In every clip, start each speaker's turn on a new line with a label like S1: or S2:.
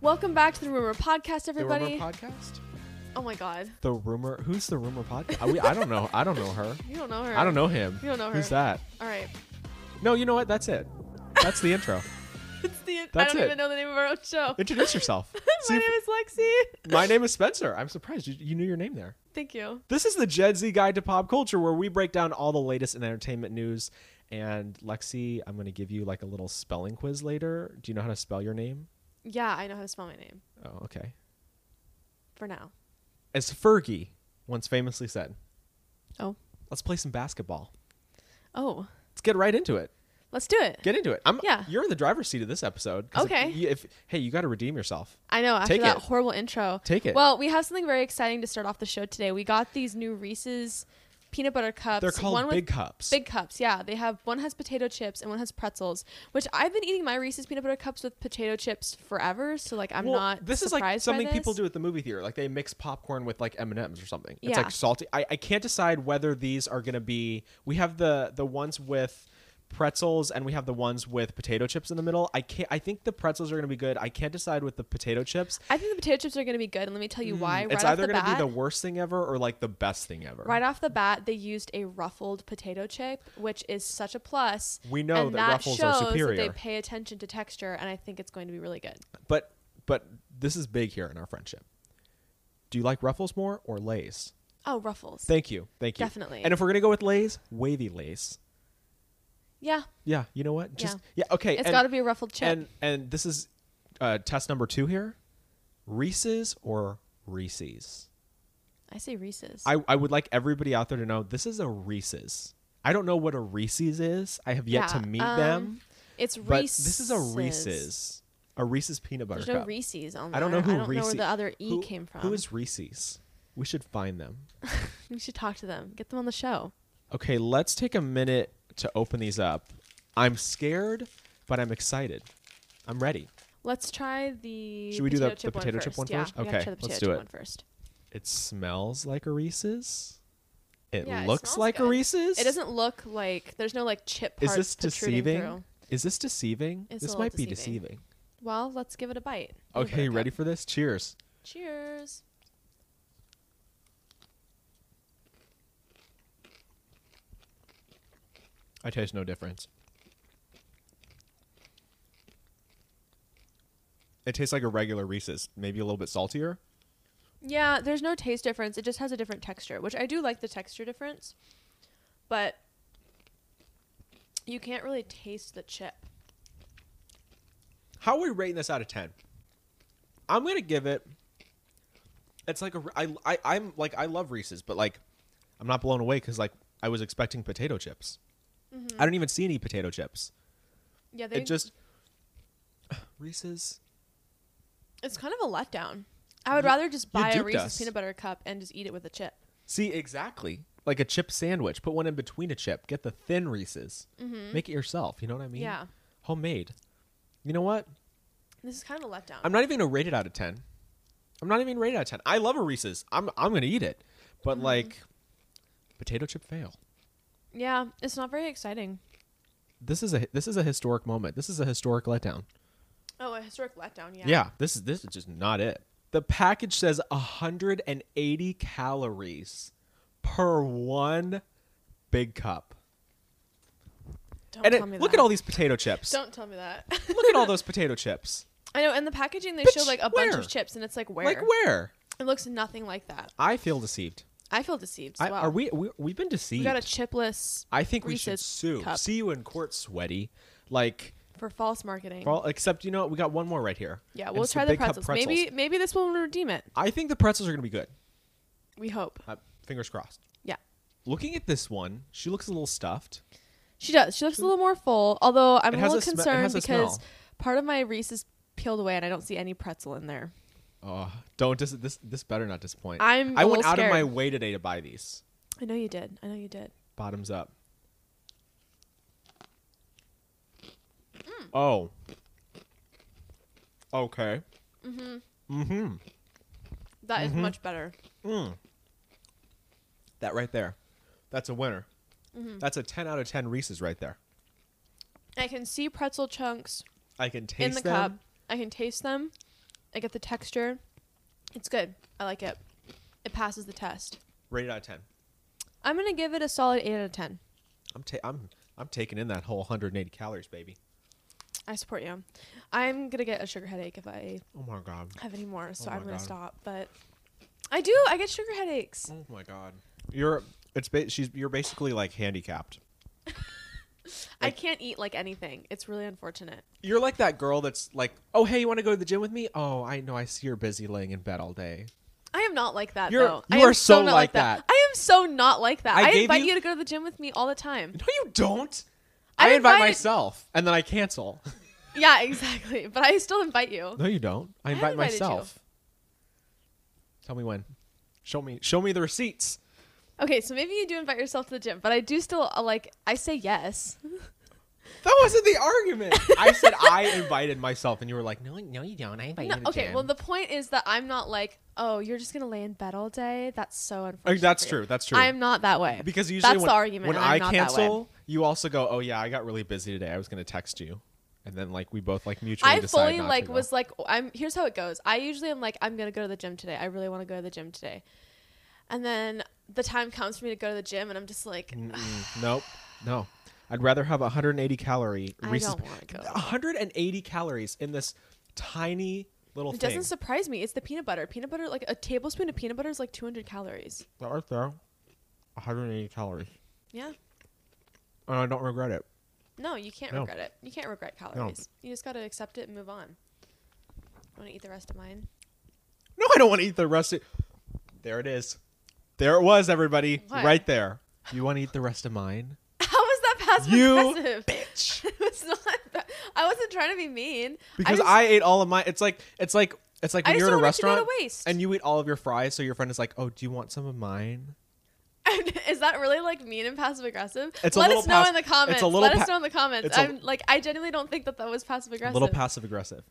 S1: Welcome back to the Rumor Podcast,
S2: The
S1: everybody.
S2: rumor podcast.
S1: oh my God,
S2: The rumor. Who's the rumor podcast? I, we, I don't know. I don't know her.
S1: you don't know her.
S2: I don't know him.
S1: You don't know her.
S2: Who's that?
S1: All right,
S2: No, you know what? That's it. That's the intro.
S1: it's the. I
S2: That's
S1: don't
S2: it.
S1: even know the name of our own show.
S2: Introduce yourself. See
S1: my
S2: if-
S1: name is Lexi.
S2: my name is Spencer. I'm surprised you, you knew your name there.
S1: Thank you.
S2: This is the Gen Z Guide to Pop Culture, where we break down all the latest in entertainment news. And Lexi, I'm going to give you like a little spelling quiz later. Do you know how to spell your name?
S1: Yeah, I know how to spell my name
S2: Oh, okay.
S1: for now.
S2: As Fergie once famously said,
S1: Oh.
S2: let's play some basketball."
S1: Oh,
S2: Let's get right into it.
S1: let's do it.
S2: Get into it. I'm,
S1: Yeah.
S2: You're in the driver's seat of this episode. 'cause if
S1: Okay.
S2: you- if- hey, you got to redeem yourself.
S1: I know after
S2: Take
S1: that
S2: it.
S1: horrible intro.
S2: Take it.
S1: Well, we have something very exciting to start off the show today. We got these new Reese's peanut butter cups.
S2: They're called
S1: one with
S2: big cups.
S1: Big cups, yeah. They have one has potato chips and one has pretzels, which I've been eating my Reese's peanut butter cups with potato chips forever. So like I'm
S2: Well,
S1: not.
S2: This is like
S1: surprised by
S2: something people
S1: this.
S2: do at the movie theater. Like they mix popcorn with like M and M's or something. It's
S1: Yeah.
S2: like salty. I, I can't decide whether these are gonna be. We have the the ones with pretzels and we have the ones with potato chips in the middle. I can't. I think the pretzels are gonna be good. I can't decide with the potato chips.
S1: I think the potato chips are going to be good, and let me tell you why. Right
S2: Mm. it's
S1: off
S2: either
S1: the
S2: gonna
S1: bat,
S2: be the worst thing ever or like the best thing ever.
S1: right off the bat, they used a ruffled potato chip, which is such a plus.
S2: We know
S1: and
S2: that
S1: that
S2: ruffles are
S1: shows That
S2: superior.
S1: they pay attention to texture, and I think it's going to be really good.
S2: But but this is big here in our friendship. Do you like Ruffles more or Lay's?
S1: Oh, ruffles.
S2: Thank you, thank you.
S1: Definitely.
S2: And if we're gonna go with Lay's, wavy Lay's.
S1: yeah,
S2: Yeah, you know what? Just yeah, okay.
S1: it's
S2: and-
S1: got to be a ruffled chip.
S2: And and this is uh, test number two here: Reese's or Reese's.
S1: I say Reese's.
S2: I I would like everybody out there to know this is a Reese's. I don't know what a Reese's is. I have yet
S1: Yeah,
S2: to meet
S1: um,
S2: them,
S1: it's
S2: but
S1: Reese's.
S2: this is a Reese's, a Reese's peanut butter
S1: There's no
S2: cup.
S1: Reese's on there.
S2: I don't know who
S1: I don't know
S2: Reese-
S1: where the other E
S2: who,
S1: came from.
S2: Who is Reese's? We should find them.
S1: We should talk to them. Get them on the show.
S2: Okay, let's take a minute to open these up. I'm scared, but I'm excited. I'm ready.
S1: Let's try the.
S2: Should we do the-
S1: potato chip
S2: the potato
S1: one
S2: chip
S1: first?
S2: one
S1: Yeah,
S2: first?
S1: we gotta
S2: Okay,
S1: try the
S2: let's
S1: potato
S2: do
S1: chip
S2: it.
S1: One first.
S2: It smells like a Reese's. It
S1: Yeah, it
S2: looks
S1: smells
S2: like
S1: good.
S2: a Reese's.
S1: It doesn't look like there's no like chip
S2: Is
S1: parts
S2: this
S1: protruding
S2: deceiving?
S1: through.
S2: Is this deceiving?
S1: It's a
S2: this
S1: little
S2: might be
S1: deceiving.
S2: deceiving.
S1: Well, let's give it a bite. Give it
S2: Okay,
S1: a
S2: ready
S1: cup.
S2: for this? Cheers.
S1: Cheers.
S2: I taste no difference. It tastes like a regular Reese's, maybe a little bit saltier.
S1: Yeah, there's no taste difference. It just has a different texture, which I do like the texture difference, but you can't really taste the chip.
S2: How are we rating this out of 10? I'm going to give it It's like a I I I'm like I love Reese's, but like I'm not blown away cuz like I was expecting potato chips. I don't even see any potato chips.
S1: Yeah, Mm-hmm. they
S2: It just Reese's
S1: it's kind of a letdown. I would rather just buy a
S2: duped
S1: Reese's
S2: us.
S1: peanut butter cup and just eat it with a chip.
S2: See, exactly. Like a chip sandwich. Put one in between a chip. Get the thin Reese's. Make it yourself, you know what I mean?
S1: Mm-hmm. Yeah.
S2: Homemade. You know what?
S1: This is kind of a letdown.
S2: I'm not even gonna rate it out of ten. I'm not even rated out of ten. I love a Reese's. I'm I'm gonna eat it, but
S1: Mm-hmm.
S2: like, potato chip fail.
S1: yeah, it's not very exciting.
S2: This is a this is a historic moment. This is a historic letdown.
S1: Oh, a historic letdown. Yeah.
S2: Yeah, this is this is just not it. The package says 180 calories per one big cup.
S1: Don't
S2: And
S1: tell
S2: it,
S1: me
S2: look
S1: that.
S2: at all these potato chips.
S1: Don't tell me that.
S2: Look at all those potato chips.
S1: I know. In the packaging, they
S2: Bitch,
S1: show like a bunch
S2: where?
S1: of chips, and it's like where?
S2: Like where?
S1: It looks nothing like that.
S2: I feel deceived.
S1: I feel deceived. As
S2: I,
S1: well.
S2: are we, we? We've been deceived.
S1: We got a chipless
S2: I think we should
S1: Reese's
S2: sue.
S1: cup.
S2: See you in court, sweaty. Like,
S1: for false marketing.
S2: well, except you know what? We got one more right here.
S1: yeah,
S2: And
S1: we'll
S2: it's
S1: try the
S2: Big Cup
S1: pretzels. Maybe maybe this will redeem it.
S2: I think the pretzels are gonna be good.
S1: We hope.
S2: Uh, fingers crossed.
S1: Yeah.
S2: Looking at this one, she looks a little stuffed.
S1: She does. She looks a little more full, although I'm
S2: It
S1: a
S2: has
S1: little
S2: a sm- it
S1: concerned
S2: has a
S1: because
S2: smell.
S1: part of my Reese's peeled away and I don't see any pretzel in there.
S2: Oh, don't dis- this. This better not disappoint.
S1: I'm
S2: I
S1: a
S2: went
S1: little
S2: out of my
S1: scared.
S2: way today to buy these.
S1: I know you did. I know you did.
S2: Bottoms up.
S1: Mm.
S2: Oh. Okay.
S1: Mm-hmm.
S2: Mm-hmm.
S1: That is much better.
S2: That right there. That's a winner. That's a ten out of ten Reese's right there.
S1: I can see pretzel chunks
S2: I can taste
S1: in the
S2: them.
S1: cup. I can taste them. I get the texture. It's good. I like it. It passes the test.
S2: Rated out of ten.
S1: I'm gonna give it a solid eight out of ten.
S2: I'm ta- I'm I'm taking in that whole 180 calories, baby.
S1: I support you. I'm gonna get a sugar headache if I
S2: Oh my god.
S1: have any more, so
S2: Oh
S1: I'm
S2: my
S1: gonna
S2: God.
S1: stop. But I do. I get sugar headaches.
S2: Oh my god. You're it's ba- she's you're basically like handicapped.
S1: I
S2: Like-
S1: can't eat like anything. It's really unfortunate.
S2: You're like that girl that's like, "Oh, hey, you want to go to the gym with me?" "Oh, I know. I see you're busy laying in bed all day."
S1: I am not like that
S2: You're-
S1: though. I
S2: you
S1: am
S2: are so
S1: not
S2: like that.
S1: I am so not like that.
S2: I
S1: I,
S2: gave
S1: invite
S2: you-
S1: you... to go to the gym with me all the time.
S2: No, you don't.
S1: I
S2: I, invite
S1: invited-
S2: myself and then I cancel.
S1: yeah, exactly. But I still invite you.
S2: No, you don't. I
S1: have
S2: invite
S1: invited you.
S2: myself. Tell me when. Show me. Show me the receipts.
S1: Okay, so maybe you do invite yourself to the gym, but I do still uh, like I say yes.
S2: That wasn't the argument. I said I invited myself, and you were like, "No, no, you don't. I invite
S1: No,
S2: you." To the
S1: okay,
S2: gym."
S1: well the point is that I'm not like, oh, you're just gonna lay in bed all day. That's so unfortunate.
S2: Like, that's
S1: for you.
S2: true. That's true.
S1: I'm not that way.
S2: because usually
S1: that's
S2: when,
S1: the argument.
S2: when
S1: and I'm
S2: I
S1: not that way.
S2: cancel, you also go, "Oh yeah, I got really busy today. I was going to text you," and then like we both like mutually.
S1: I
S2: decide
S1: fully
S2: not
S1: like
S2: to
S1: was like I'm here's how it goes. I usually am like I'm gonna go to the gym today. I really want to go to the gym today, and then the time comes for me to go to the gym, and I'm just like
S2: Go. Mm-mm. nope. No. I'd rather have 180 calorie
S1: I
S2: Reese's.
S1: don't want to go.
S2: 180 calories in this tiny little
S1: It
S2: thing.
S1: doesn't surprise me. It's the peanut butter. Peanut butter, like a tablespoon of peanut butter, is like 200 calories.
S2: There are though. 180 calories.
S1: Yeah.
S2: And I don't regret it.
S1: No, you can't
S2: No.
S1: regret it. You can't regret calories. You just gotta accept it and move on. Want to eat the rest of mine?
S2: No, I don't want to eat the rest of There it is. There it was, everybody.
S1: What?
S2: Right there. You want to eat the rest of mine?
S1: How was that passive
S2: You
S1: aggressive?
S2: Bitch.
S1: it was not. That, I wasn't trying to be mean.
S2: Because I,
S1: just-
S2: ate all of my it's like it's like it's like
S1: I
S2: when
S1: just
S2: you're at
S1: don't
S2: a
S1: want it to go to
S2: restaurant
S1: waste.
S2: and you eat all of your fries, so your friend is like, Oh, do you want some of mine?
S1: is that really like mean and passive aggressive?
S2: It's a
S1: Let
S2: little
S1: us know
S2: pass-
S1: in the
S2: it's a
S1: comments.
S2: little
S1: Let
S2: pa-
S1: us know in the comments.
S2: it's a-
S1: I'm like, I genuinely don't think that that was passive
S2: A
S1: aggressive.
S2: little passive aggressive.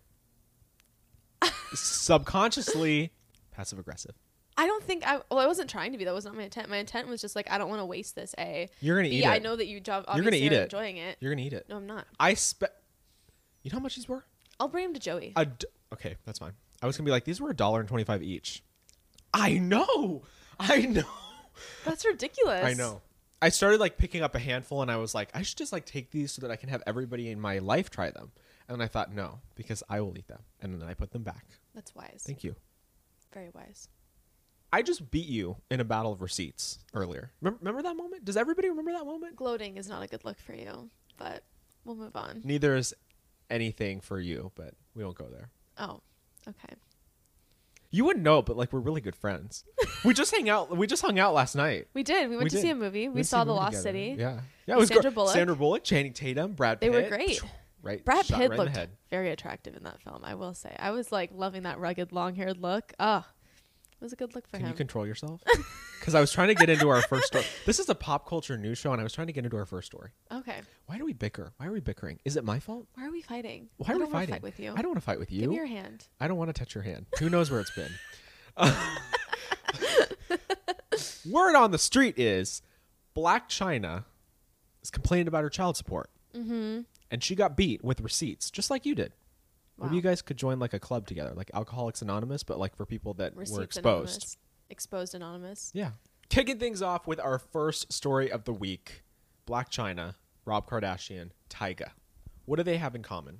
S2: Subconsciously passive aggressive.
S1: I don't think I. Well, I wasn't trying to be. That was not my intent. My intent was just like, I don't want to waste this. A.
S2: You're gonna
S1: B.
S2: eat
S1: I
S2: it.
S1: know that you job.
S2: You're
S1: Obviously
S2: gonna eat
S1: are
S2: it.
S1: Enjoying it.
S2: You're gonna eat it.
S1: No, I'm not.
S2: I spent You know how much these were?
S1: I'll bring him to Joey.
S2: A d- okay, that's fine. I was gonna be like, these were a dollar and twenty five each. I know. I know.
S1: That's ridiculous.
S2: I know. I started like picking up a handful and I was like, I should just like take these so that I can have everybody in my life try them. And then I thought, no, because I will eat them. And then I put them back.
S1: That's wise.
S2: Thank you.
S1: Very wise.
S2: I just beat you in a battle of receipts earlier. Remem- Remember that moment? Does everybody remember that moment?
S1: Gloating is not a good look for you, but we'll move on.
S2: Neither is anything for you, but we won't go there.
S1: Oh, okay.
S2: You wouldn't know, but like we're really good friends. we just hang out. We just hung out last night.
S1: We did. We went
S2: We
S1: to see
S2: did.
S1: a movie. We,
S2: went to
S1: saw
S2: see a
S1: The
S2: movie
S1: Lost
S2: together.
S1: City.
S2: Yeah,
S1: With
S2: yeah. It was
S1: Sandra
S2: great.
S1: Bullock.
S2: Sandra Bullock, Channing Tatum, Brad.
S1: They were
S2: Pitt.
S1: great.
S2: Right.
S1: Brad
S2: shot
S1: Pitt
S2: right in the
S1: looked
S2: head.
S1: very attractive in that film. I will say, I was like loving that rugged, long-haired look. Ah, it was a good look for
S2: Can
S1: him.
S2: you control yourself? Because I was trying to get into our first story. This is a pop culture news show, and I was trying to get into our first story.
S1: okay,
S2: Why do we bicker? Why are we bickering? Is it my fault?
S1: why are we fighting?
S2: Why
S1: I
S2: are we
S1: don't wanna
S2: fighting?
S1: Fight with you.
S2: I don't want to fight with you.
S1: Give me your hand.
S2: I don't want to touch your hand. Who knows where it's been? Word on the street is Black China is complaining about her child support,
S1: Mm-hmm.
S2: and she got beat with receipts, just like you did.
S1: Wow.
S2: Maybe you guys could join like a club together, like Alcoholics Anonymous, but like for people that
S1: Receipts
S2: were exposed.
S1: Anonymous. Exposed anonymous.
S2: Yeah. Kicking things off with our first story of the week Black China, Rob Kardashian, Tyga. What do they have in common?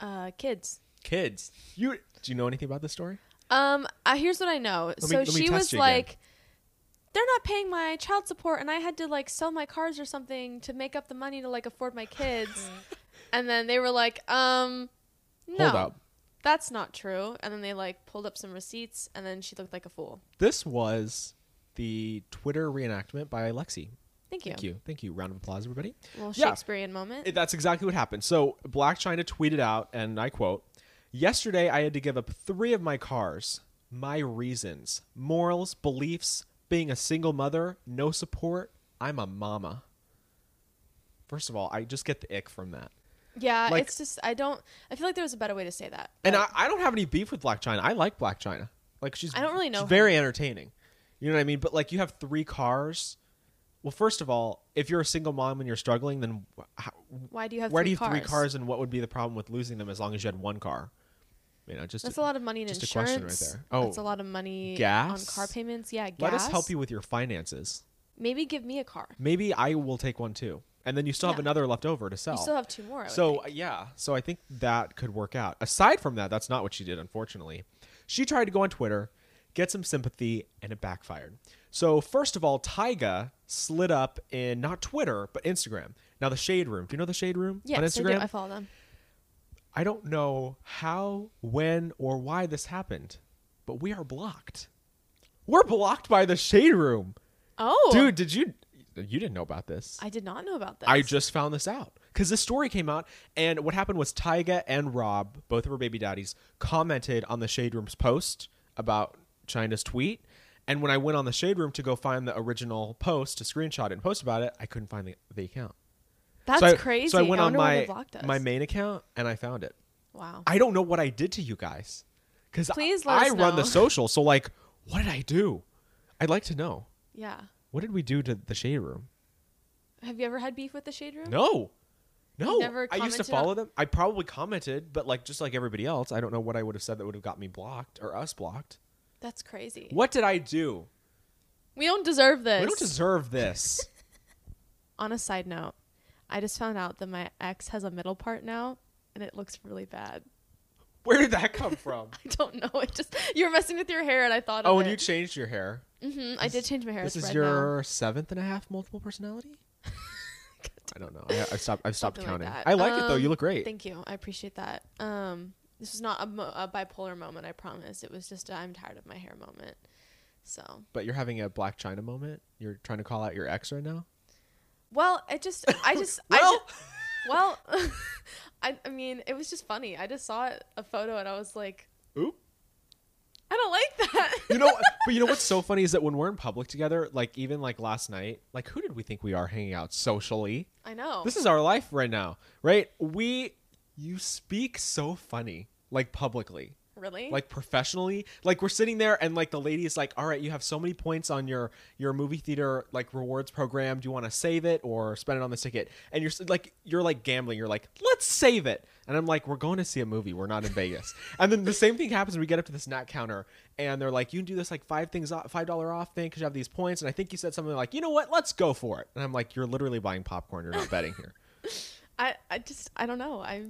S1: Uh, kids.
S2: Kids. You Do you know anything about this story?
S1: Um, uh, here's what I know.
S2: me-
S1: so
S2: let me
S1: she
S2: test
S1: was
S2: you again.
S1: like, "They're not paying my child support, and I had to like sell my cars or something to make up the money to like afford my kids." and then they were like, "Um, no,
S2: Hold up.
S1: that's not true." And then they like pulled up some receipts, and then she looked like a fool.
S2: This was the Twitter reenactment by Lexi.
S1: Thank you.
S2: Thank you. Thank you. Round of applause, everybody.
S1: Little
S2: Yeah.
S1: Shakespearean moment.
S2: It- that's exactly what happened. So Black China tweeted out, and I quote: "Yesterday, I had to give up three of my cars. My reasons, morals, beliefs, being a single mother, no support. I'm a mama." First of all, I just get the ick from that,
S1: yeah,
S2: like-
S1: it's just I don't. I feel like there was a better way to say that.
S2: and
S1: but
S2: I, I don't have any beef with Black China. I like Black China. Like she's
S1: I don't really know
S2: she's
S1: her.
S2: very entertaining. You know what I mean? But like you have three cars. Well, first of all, if you're a single mom and you're struggling, then wh- how,
S1: why do you have
S2: where
S1: three
S2: do you have
S1: cars?
S2: three cars and what would be the problem with losing them as long as you had one car You know, just
S1: That's a lot of money in
S2: just a
S1: insurance.
S2: question right there. Oh,
S1: that's a lot of money
S2: gas?
S1: on car payments. Yeah, gas.
S2: let us help you with your finances.
S1: Maybe give me a car.
S2: Maybe I will take one too, and then you still have
S1: Yeah.
S2: another left over to sell.
S1: You still have two more. I would
S2: so
S1: think.
S2: uh, yeah, so I think that could work out. Aside from that, that's not what she did, unfortunately. She tried to go on Twitter, get some sympathy, and it backfired. So first of all, Tyga slid up in not Twitter but Instagram. Now the Shade Room. Do you know the Shade Room
S1: yes,
S2: on Instagram?
S1: I do. I follow them.
S2: I don't know how, when, or why this happened, but we are blocked. We're blocked by the Shade Room.
S1: Oh,
S2: Dude, did you you didn't know about this?
S1: I did not know about this.
S2: I just found this out because this story came out, and what happened was Tyga and Rob, both of her baby daddies, commented on the Shade Room's post about China's tweet. And when I went on the Shade Room to go find the original post to screenshot it and post about it, I couldn't find the, the account.
S1: that's
S2: so I,
S1: crazy.
S2: So I went on
S1: wonder why they
S2: my
S1: blocked us.
S2: my main account and I found it.
S1: wow.
S2: I don't know what I did to you guys because
S1: Please let
S2: I,
S1: us
S2: run
S1: know.
S2: the social. So like, what did I do? I'd like to know.
S1: yeah.
S2: What did we do to the Shade Room?
S1: Have you ever had beef with the Shade Room?
S2: No. No.
S1: never
S2: I used to
S1: commented
S2: follow
S1: on-
S2: them. I probably commented, but like just like everybody else, I don't know what I would have said that would have got me blocked or us blocked.
S1: That's crazy.
S2: What did I do?
S1: We don't deserve this.
S2: We don't deserve this.
S1: on a side note, I just found out that my ex has a middle part now, and it looks really bad.
S2: Where did that come from?
S1: I don't know. It just you were messing with your hair, and I thought.
S2: oh,
S1: of
S2: and you
S1: it.
S2: changed your hair.
S1: Mhm, I did change my hair.
S2: this
S1: It's
S2: is
S1: red
S2: your seventh and a half multiple personality? I don't know. I, I've stopped. I've stopped
S1: Something like
S2: counting.
S1: that.
S2: I like it though. You
S1: Um,
S2: look
S1: now.
S2: great.
S1: Thank you. I appreciate that. Um, this was not a, mo- a bipolar moment. I promise. It was just a I'm tired of my hair moment. So
S2: but you're having a Black China moment. You're trying to call out your ex right now.
S1: well, I just I just I
S2: Well,
S1: just, well, I I mean it was just funny. I just saw it- a photo and I was like,
S2: oop.
S1: I don't like that.
S2: you know but you know what's so funny is that when we're in public together like even like last night like who did we think we are hanging out socially
S1: I know.
S2: this is our life right now right we you speak so funny like publicly
S1: really
S2: like professionally like we're sitting there and like the lady is like all right you have so many points on your your movie theater like rewards program do you want to save it or spend it on this ticket and you're s- like you're like gambling you're like let's save it and i'm like we're going to see a movie we're not in vegas and then the same thing happens when we get up to the snack counter and they're like you can do this like five things off five dollar off thing because you have these points and i think you said something like you know what let's go for it and i'm like you're literally buying popcorn you're not betting here
S1: I I just I don't know. I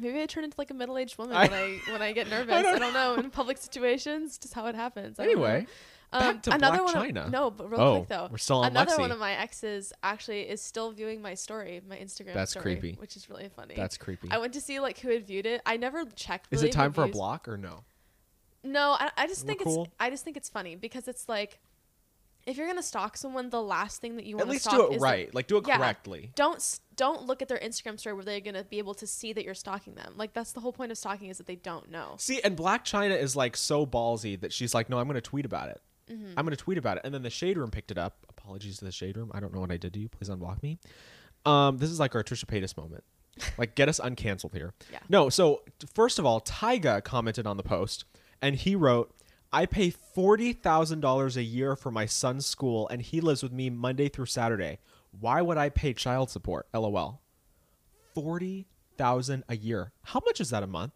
S1: maybe I turn into like a middle aged woman
S2: I-
S1: when I when I get nervous.
S2: I
S1: I
S2: don't
S1: don't, know. in public situations, just how it happens. I don't know. Um,
S2: anyway back to Blac
S1: one of-
S2: Chyna.
S1: no, but real
S2: Oh,
S1: quick though,
S2: we're still on
S1: another
S2: Lexi.
S1: one of my exes actually is still viewing my story, my Instagram.
S2: That's
S1: story,
S2: creepy.
S1: Which is really funny.
S2: that's creepy
S1: I went to see like who had viewed it. I never checked.
S2: is
S1: really
S2: it time
S1: who
S2: for a
S1: views-
S2: block or no
S1: No, I, I just
S2: We're
S1: think
S2: cool?
S1: it's I just think it's funny because it's like if you're gonna stalk someone, the last thing that you want
S2: at
S1: to
S2: least
S1: stalk
S2: do it
S1: is their
S2: right like do it
S1: Yeah.
S2: correctly
S1: don't s- don't look at their Instagram story where they're gonna be able to see that you're stalking them. Like that's the whole point of stalking is that they don't know.
S2: See, and Black China is like so ballsy that she's like, no, I'm going to tweet about it. I'm going to tweet about it. And then the Shade Room picked it up. Apologies to the Shade Room. I don't know what I did to you. Please unblock me. Um, this is like our Trisha Paytas moment. Like, get us uncanceled here.
S1: Yeah.
S2: No, so t- first of all, Tyga commented on the post and he wrote, I pay $40,000 a year for my son's school and he lives with me Monday through Saturday. Why would I pay child support? LOL. 40,000 a year. How much is that a month?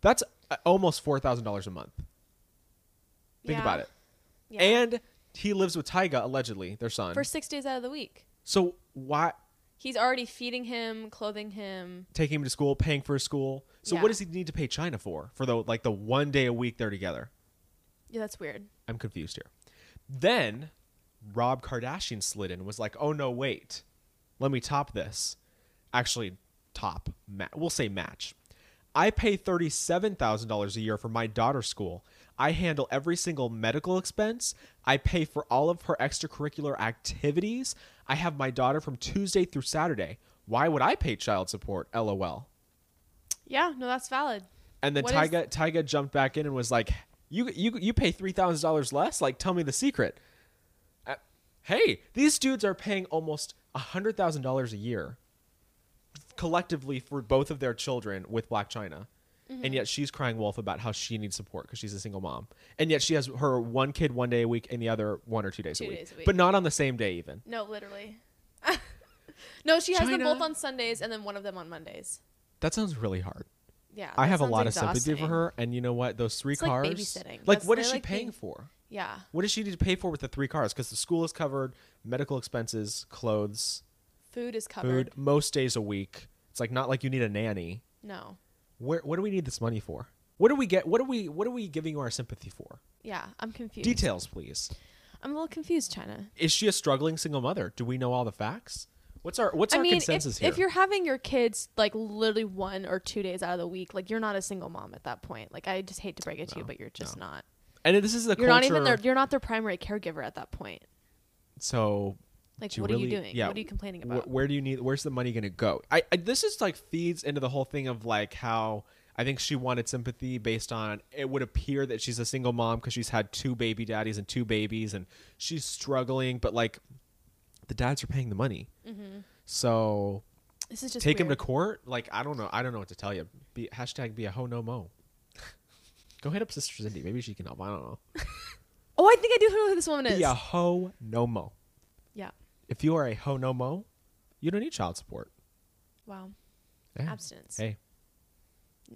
S2: That's uh, almost four thousand dollars a month. Think
S1: Yeah.
S2: about it.
S1: Yeah.
S2: And he lives with Tyga allegedly, their son.
S1: for six days out of the week,
S2: so why
S1: he's already feeding him, clothing him.
S2: taking him to school, paying for his school? So what
S1: Yeah.
S2: does he need to pay China for? For the like the one day a week they're together.
S1: Yeah, that's weird.
S2: I'm confused here. Then Rob Kardashian slid in and was like, "Oh no, wait. Let me top this. Actually, top. Ma- we'll say match. I pay $37,000 a year for my daughter's school. I handle every single medical expense. I pay for all of her extracurricular activities. I have my daughter from Tuesday through Saturday. Why would I pay child support? LOL."
S1: Yeah, no, that's valid.
S2: And then
S1: What is-
S2: Tyga Tyga jumped back in and was like, "You you you pay three thousand dollars less? Like, tell me the secret." Uh, hey, these dudes are paying almost hundred thousand dollars a year collectively for both of their children with Black China.
S1: Mm-hmm.
S2: And yet she's crying wolf about how she needs support because she's a single mom. And yet she has her one kid one day a week and the other one or two days, a,
S1: Two
S2: week.
S1: days a week.
S2: But not on the same day even.
S1: No, literally. no, she has them
S2: China.
S1: both on Sundays and then one of them on Mondays.
S2: That sounds really hard.
S1: Yeah.
S2: I
S1: Uh, that
S2: have a
S1: sounds
S2: lot of sympathy for
S1: exhausting.
S2: her, and you know what? Those three
S1: It's like
S2: cars.
S1: babysitting.
S2: Like,
S1: That's-
S2: what
S1: I
S2: is she
S1: like
S2: paying
S1: being-
S2: for?
S1: Yeah.
S2: What does she need to pay for with the three cars? Because the school is covered, medical expenses, clothes,
S1: Food is covered.
S2: food, most days a week. It's like not like you need a nanny.
S1: No.
S2: Where what do we need this money for? What do we get? What do we what are we giving you our sympathy for?
S1: Yeah. I'm confused.
S2: Details, please.
S1: I'm a little confused, China.
S2: Is she a struggling single mother? Do we know all the facts? What's our what's
S1: I
S2: our
S1: mean,
S2: consensus
S1: if,
S2: here?
S1: if you're having your kids like literally one or two days out of the week, like you're not a single mom at that point. Like I just hate to break it to you,
S2: No,
S1: but you're just not.
S2: and this is the
S1: You're
S2: culture.
S1: not even their. You're not their primary caregiver at that point.
S2: so
S1: Like,
S2: Do you
S1: what are you
S2: really-
S1: doing?
S2: yeah,
S1: what are you complaining
S2: Wh-
S1: about?
S2: where do you need where's the money going to go I, I this is like feeds into the whole thing of like how i think she wanted sympathy based on it would appear that she's a single mom because she's had two baby daddies and two babies and she's struggling but like the dads are paying the money so
S1: this is just
S2: take him to
S1: Mm-hmm. weird.
S2: court like i don't know i don't know what to tell you be hashtag be a ho no mo go hit up sister cindy maybe she can help i don't know
S1: Oh, I think I do know who this woman is.
S2: be a ho no mo
S1: Yeah.
S2: if you are a ho no mo you don't need child support
S1: Wow.
S2: Yeah.
S1: Abstinence.
S2: hey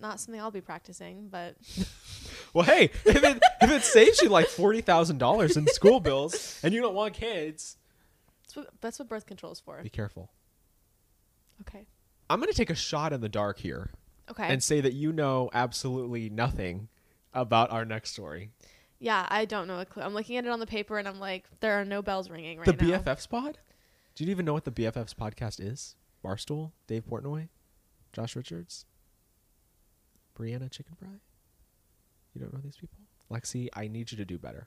S1: Not something I'll be practicing, but
S2: Well, hey, if it, if it saves you like forty thousand dollars in school bills and you don't want kids,
S1: that's what, that's what birth control is for.
S2: be careful.
S1: Okay.
S2: I'm gonna take a shot in the dark here
S1: Okay.
S2: and say that you know absolutely nothing about our next story,
S1: yeah, I don't know a clue. I'm looking at it on the paper, and I'm like, there are no bells ringing right
S2: the
S1: now.
S2: BFFs pod. Do you even know what the BFFs podcast is? Barstool, Dave Portnoy, Josh Richards, Brianna Chicken Fry. You don't know these people, Lexi. I need you to do better.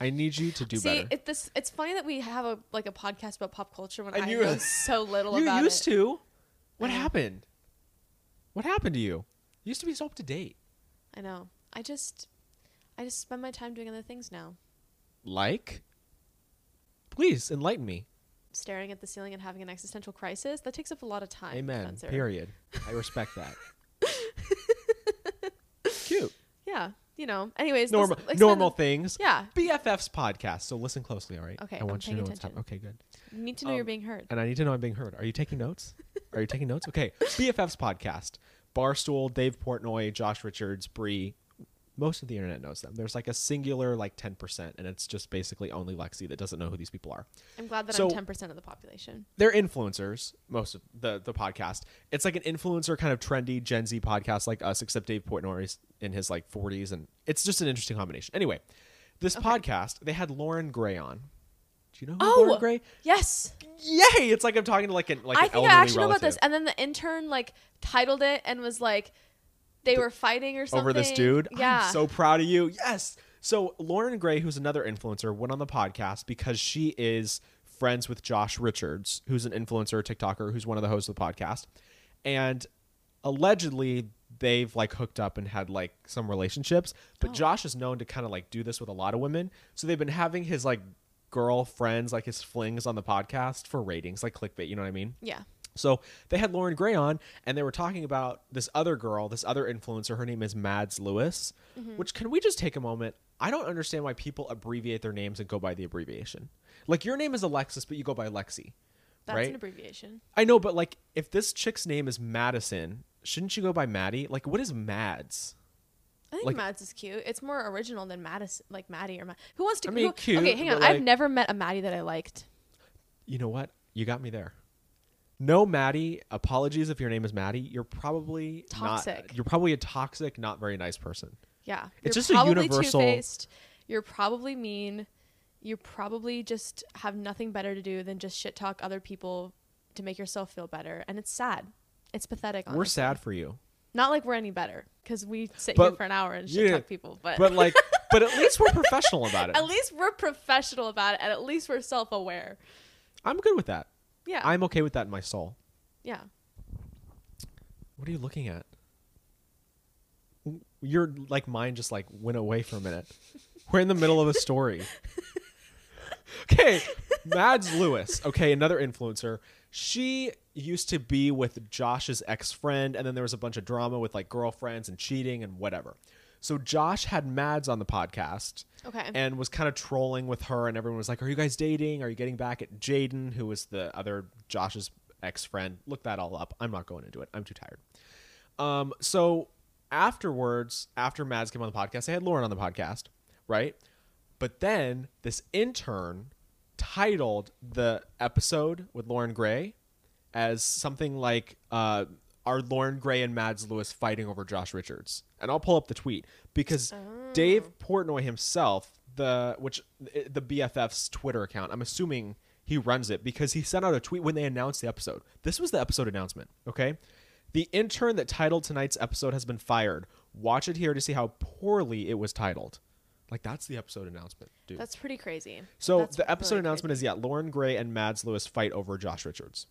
S2: I need you to do
S1: See,
S2: better.
S1: It, this, it's funny that we have a like a podcast about pop culture when
S2: And
S1: I
S2: you-
S1: know so little
S2: you
S1: about
S2: used
S1: it.
S2: to what
S1: I know.
S2: happened what happened to you you used to be so up to date
S1: I know. I just, I just spend my time doing other things now,
S2: like please enlighten me
S1: staring at the ceiling and having an existential crisis. That takes up a lot of time.
S2: amen
S1: Spencer.
S2: period i respect that cute
S1: Yeah, you know. Anyways, this-
S2: normal
S1: like, spend
S2: normal
S1: the-
S2: things
S1: yeah,
S2: bff's podcast so listen closely all right
S1: Okay,
S2: i
S1: I'm
S2: want you to
S1: paying
S2: know what's happening okay good
S1: you need to know
S2: Um,
S1: you're being heard.
S2: and I need to know I'm being heard. Are you taking notes? Are you taking notes? Okay. BFF's podcast. Barstool, Dave Portnoy, Josh Richards, Bree. Most of the internet knows them. There's like a singular like 10%, and it's just basically only Lexi that doesn't know who these people are.
S1: I'm glad that
S2: so-
S1: I'm 10 percent of the population.
S2: They're influencers, most of the the podcast. It's like an influencer kind of trendy Gen Z podcast like us, except Dave Portnoy's in his like 40s, and it's just an interesting combination. Anyway, this podcast, they had Lauren Gray on. Do you know who
S1: Oh,
S2: Lauren Gray?
S1: yes,
S2: Yay! It's like I'm talking to like an like
S1: I
S2: an
S1: think I
S2: elderly
S1: actually know about
S2: relative.
S1: this. And then the intern like titled it and was like, they were fighting or something
S2: over this dude.
S1: Yeah,
S2: I'm so proud of you. Yes. So Lauren Gray, who's another influencer, went on the podcast because she is friends with Josh Richards, who's an influencer, TikToker, who's one of the hosts of the podcast. And allegedly they've like hooked up and had like some relationships. But
S1: Oh.
S2: Josh is known to kind of like do this with a lot of women. So they've been having his like girlfriends, like his flings on the podcast for ratings, like clickbait, you know what I mean?
S1: yeah.
S2: So they had Lauren Gray on, and they were talking about this other girl, this other influencer. Her name is Mads Lewis.
S1: Mm-hmm.
S2: Which can we just take a moment? I don't understand why people abbreviate their names and go by the abbreviation. Like your name is Alexis, but you go by Lexi,
S1: That's
S2: right?
S1: an abbreviation.
S2: I know, but like if this chick's name is Madison, shouldn't you go by Maddie? Like what is Mads?
S1: I think
S2: Like-
S1: Mads is cute. It's more original than Mattis, like Maddie or Matt. Who wants to?
S2: I mean,
S1: who-
S2: cute,
S1: Okay, hang
S2: but,
S1: on.
S2: like-
S1: I've never met a Maddie that I liked.
S2: You know what? You got me there. No, Maddie. Apologies if your name is Maddie. You're probably not-
S1: Toxic.
S2: you're probably a toxic, not very nice person.
S1: Yeah,
S2: It's
S1: you're
S2: just a
S1: probably
S2: universal-
S1: two-faced. You're probably mean. You probably just have nothing better to do than just shit talk other people to make yourself feel better, and it's sad. It's pathetic. Honestly.
S2: We're sad for you.
S1: Not like we're any better because we sit here
S2: But-
S1: for an hour and
S2: yeah,
S1: shit talk people, but,
S2: but like but at least we're professional about it
S1: at least we're professional about it, and at least we're self-aware.
S2: i'm good with that
S1: Yeah,
S2: i'm okay with that in my soul
S1: yeah.
S2: what are you looking at your like mind just like went away for a minute we're in the middle of a story okay mads lewis okay another influencer she used to be with josh's ex-friend and then there was a bunch of drama with like girlfriends and cheating and whatever so josh had mads on the podcast
S1: Okay.
S2: and was kind of trolling with her and everyone was like are you guys dating are you getting back at jaden who was the other josh's ex-friend look that all up i'm not going into it i'm too tired Um, so afterwards, after Mads came on the podcast, I had Lauren on the podcast, right? But then this intern titled the episode with Lauren Gray as something like uh, "Are Lauren Gray and Mads Lewis fighting over Josh Richards?" And I'll pull up the tweet because Dave Portnoy himself, the which eh, the BFF's Twitter account, I'm assuming he runs it because he sent out a tweet when they announced the episode. This was the episode announcement, okay? The intern that titled tonight's episode has been fired. Watch it here to see how poorly it was titled. Like that's the episode announcement, dude.
S1: That's pretty crazy.
S2: so
S1: That's
S2: the episode
S1: really
S2: announcement
S1: crazy.
S2: is yeah, Lauren Gray and Mads Lewis fight over Josh Richards.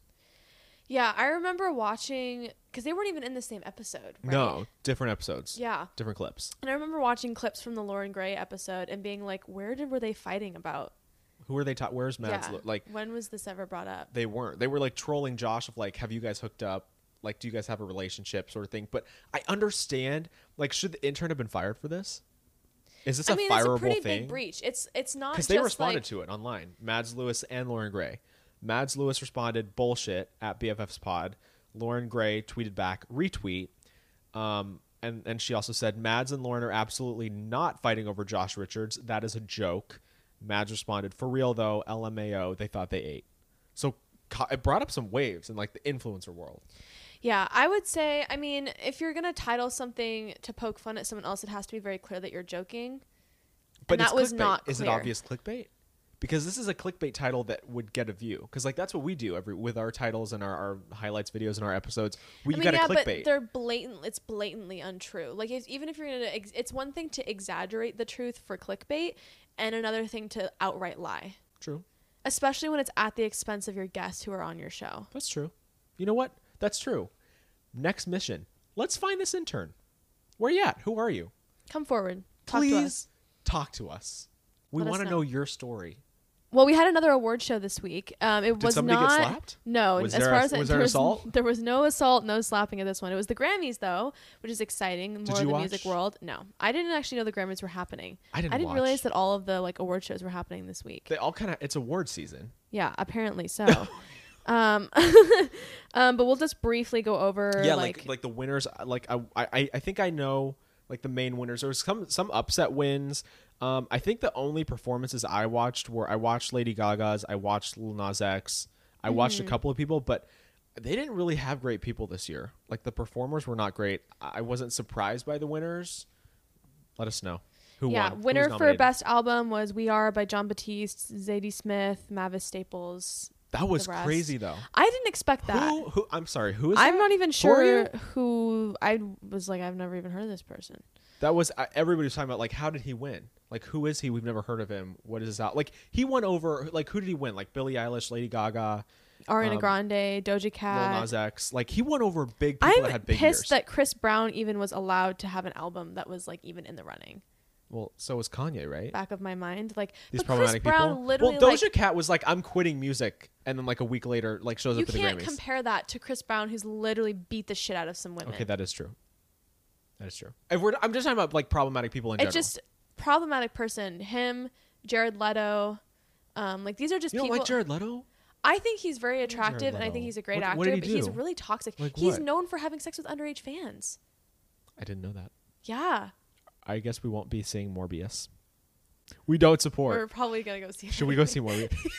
S1: Yeah, I remember watching because they weren't even in the same episode. Right?
S2: No, different episodes.
S1: Yeah.
S2: Different clips.
S1: And I remember watching clips from the Lauren Gray episode and being like, where did were they fighting about?
S2: Who are they taught? Where's Mads?
S1: yeah.
S2: Lew- like
S1: when was this ever brought up?
S2: they weren't. They were like trolling Josh of like, have you guys hooked up? Like, do you guys have a relationship sort of thing? But I understand. Like, should the intern have been fired for this? Is this a
S1: I mean, it's a
S2: fireable
S1: pretty
S2: thing?
S1: big breach. It's it's not
S2: Because
S1: just
S2: they responded
S1: like,
S2: to it online. Mads Lewis and Lauren Gray. Mads Lewis responded bullshit at BFF's pod. Lauren Gray tweeted back retweet, um, and and she also said Mads and Lauren are absolutely not fighting over Josh Richards. That is a joke. Mads responded for real though. LMAO. They thought they ate. So ca- it brought up some waves in like the influencer world.
S1: Yeah, I would say. I mean, if you're gonna title something to poke fun at someone else, it has to be very clear that you're joking.
S2: But
S1: And
S2: it's
S1: that was
S2: clickbait.
S1: not
S2: Is it
S1: clear.
S2: obvious clickbait? Because this is a clickbait title that would get a view. Because like that's what we do every with our titles and our, our highlights videos and our episodes. We
S1: I mean,
S2: got to
S1: yeah, but
S2: clickbait.
S1: they're blatant. It's blatantly untrue. Like, if, even if you're gonna, ex- it's one thing to exaggerate the truth for clickbait, and another thing to outright lie,
S2: true.
S1: especially when it's at the expense of your guests who are on your show.
S2: That's true. You know what? That's true. Next mission. Let's find this intern. Where you at? Who are you?
S1: Come forward, talk
S2: Please
S1: to us.
S2: talk to us. We
S1: Let us
S2: want to know.
S1: know.
S2: your story.
S1: Well, we had another award show this week. Um, it was
S2: somebody get
S1: not.
S2: slapped?
S1: No,
S2: Was
S1: as
S2: there
S1: far
S2: a-
S1: as I-
S2: was there an assault?
S1: there was no assault, no slapping at this one. It was the Grammys though, which is exciting. More of
S2: you
S1: the music
S2: watch?
S1: world. No, I didn't actually know the Grammys were happening.
S2: I didn't watch.
S1: realize that all of the like award shows were happening this week.
S2: They all kind of it's award season.
S1: yeah, apparently so. um, um, but we'll just briefly go over.
S2: yeah, like,
S1: like,
S2: like the winners. uh, Like I I I think I know like the main winners. There was some some upset wins. Um, I think the only performances I watched were I watched Lady Gaga's, I watched Lil Nas X, I watched a
S1: Mm-hmm.
S2: couple of people, but they didn't really have great people this year. Like the performers were not great. I I wasn't surprised by the winners. Let us know who
S1: yeah,
S2: won. who was
S1: winner for
S2: nominated.
S1: best album was "We Are" by John Batiste, Zadie Smith, Mavis Staples.
S2: That was
S1: the rest.
S2: crazy though.
S1: I didn't expect that.
S2: Who? Who? I'm sorry. Who is?
S1: I'm
S2: that?
S1: not even
S2: Who are
S1: sure
S2: you?
S1: who I was like. I've never even heard of this person.
S2: That was I- everybody was talking about. Like, how did he win? Like, who is he? We've never heard of him. What is his out? Like, he won over. Like, who did he win? Like, Billie Eilish, Lady Gaga,
S1: Ariana
S2: Um,
S1: Grande, Doja
S2: Lil
S1: Cat.
S2: Nas X. Like, he won over big people that
S1: Uh, I'm
S2: had big
S1: pissed
S2: years.
S1: that Chris Brown even was allowed to have an album that was like even in the running.
S2: well, so was Kanye, right?
S1: Back of my mind, like
S2: These
S1: but Chris
S2: problematic
S1: Brown
S2: people.
S1: literally
S2: well, Doja
S1: like
S2: Cat was like, "I'm quitting music," and then like a week later, like shows
S1: you
S2: up at the
S1: can't
S2: Grammys.
S1: compare that to Chris Brown, who's literally beat the shit out of some women.
S2: okay, that is true. That is true. If we're, I'm just talking about like problematic people in
S1: it's
S2: general.
S1: just problematic person. Him, Jared Leto. Um, like these are just
S2: you don't
S1: people.
S2: like Jared Leto?
S1: I think he's very attractive, and I
S2: Leto.
S1: think he's a great
S2: What-
S1: actor.
S2: what did he
S1: but he's
S2: do?
S1: really toxic.
S2: Like
S1: he's
S2: what?
S1: known for having sex with underage fans.
S2: I didn't know that.
S1: Yeah,
S2: I guess we won't be seeing Morbius. We don't support.
S1: we're probably gonna go see.
S2: Should we go see Morbius?
S1: We're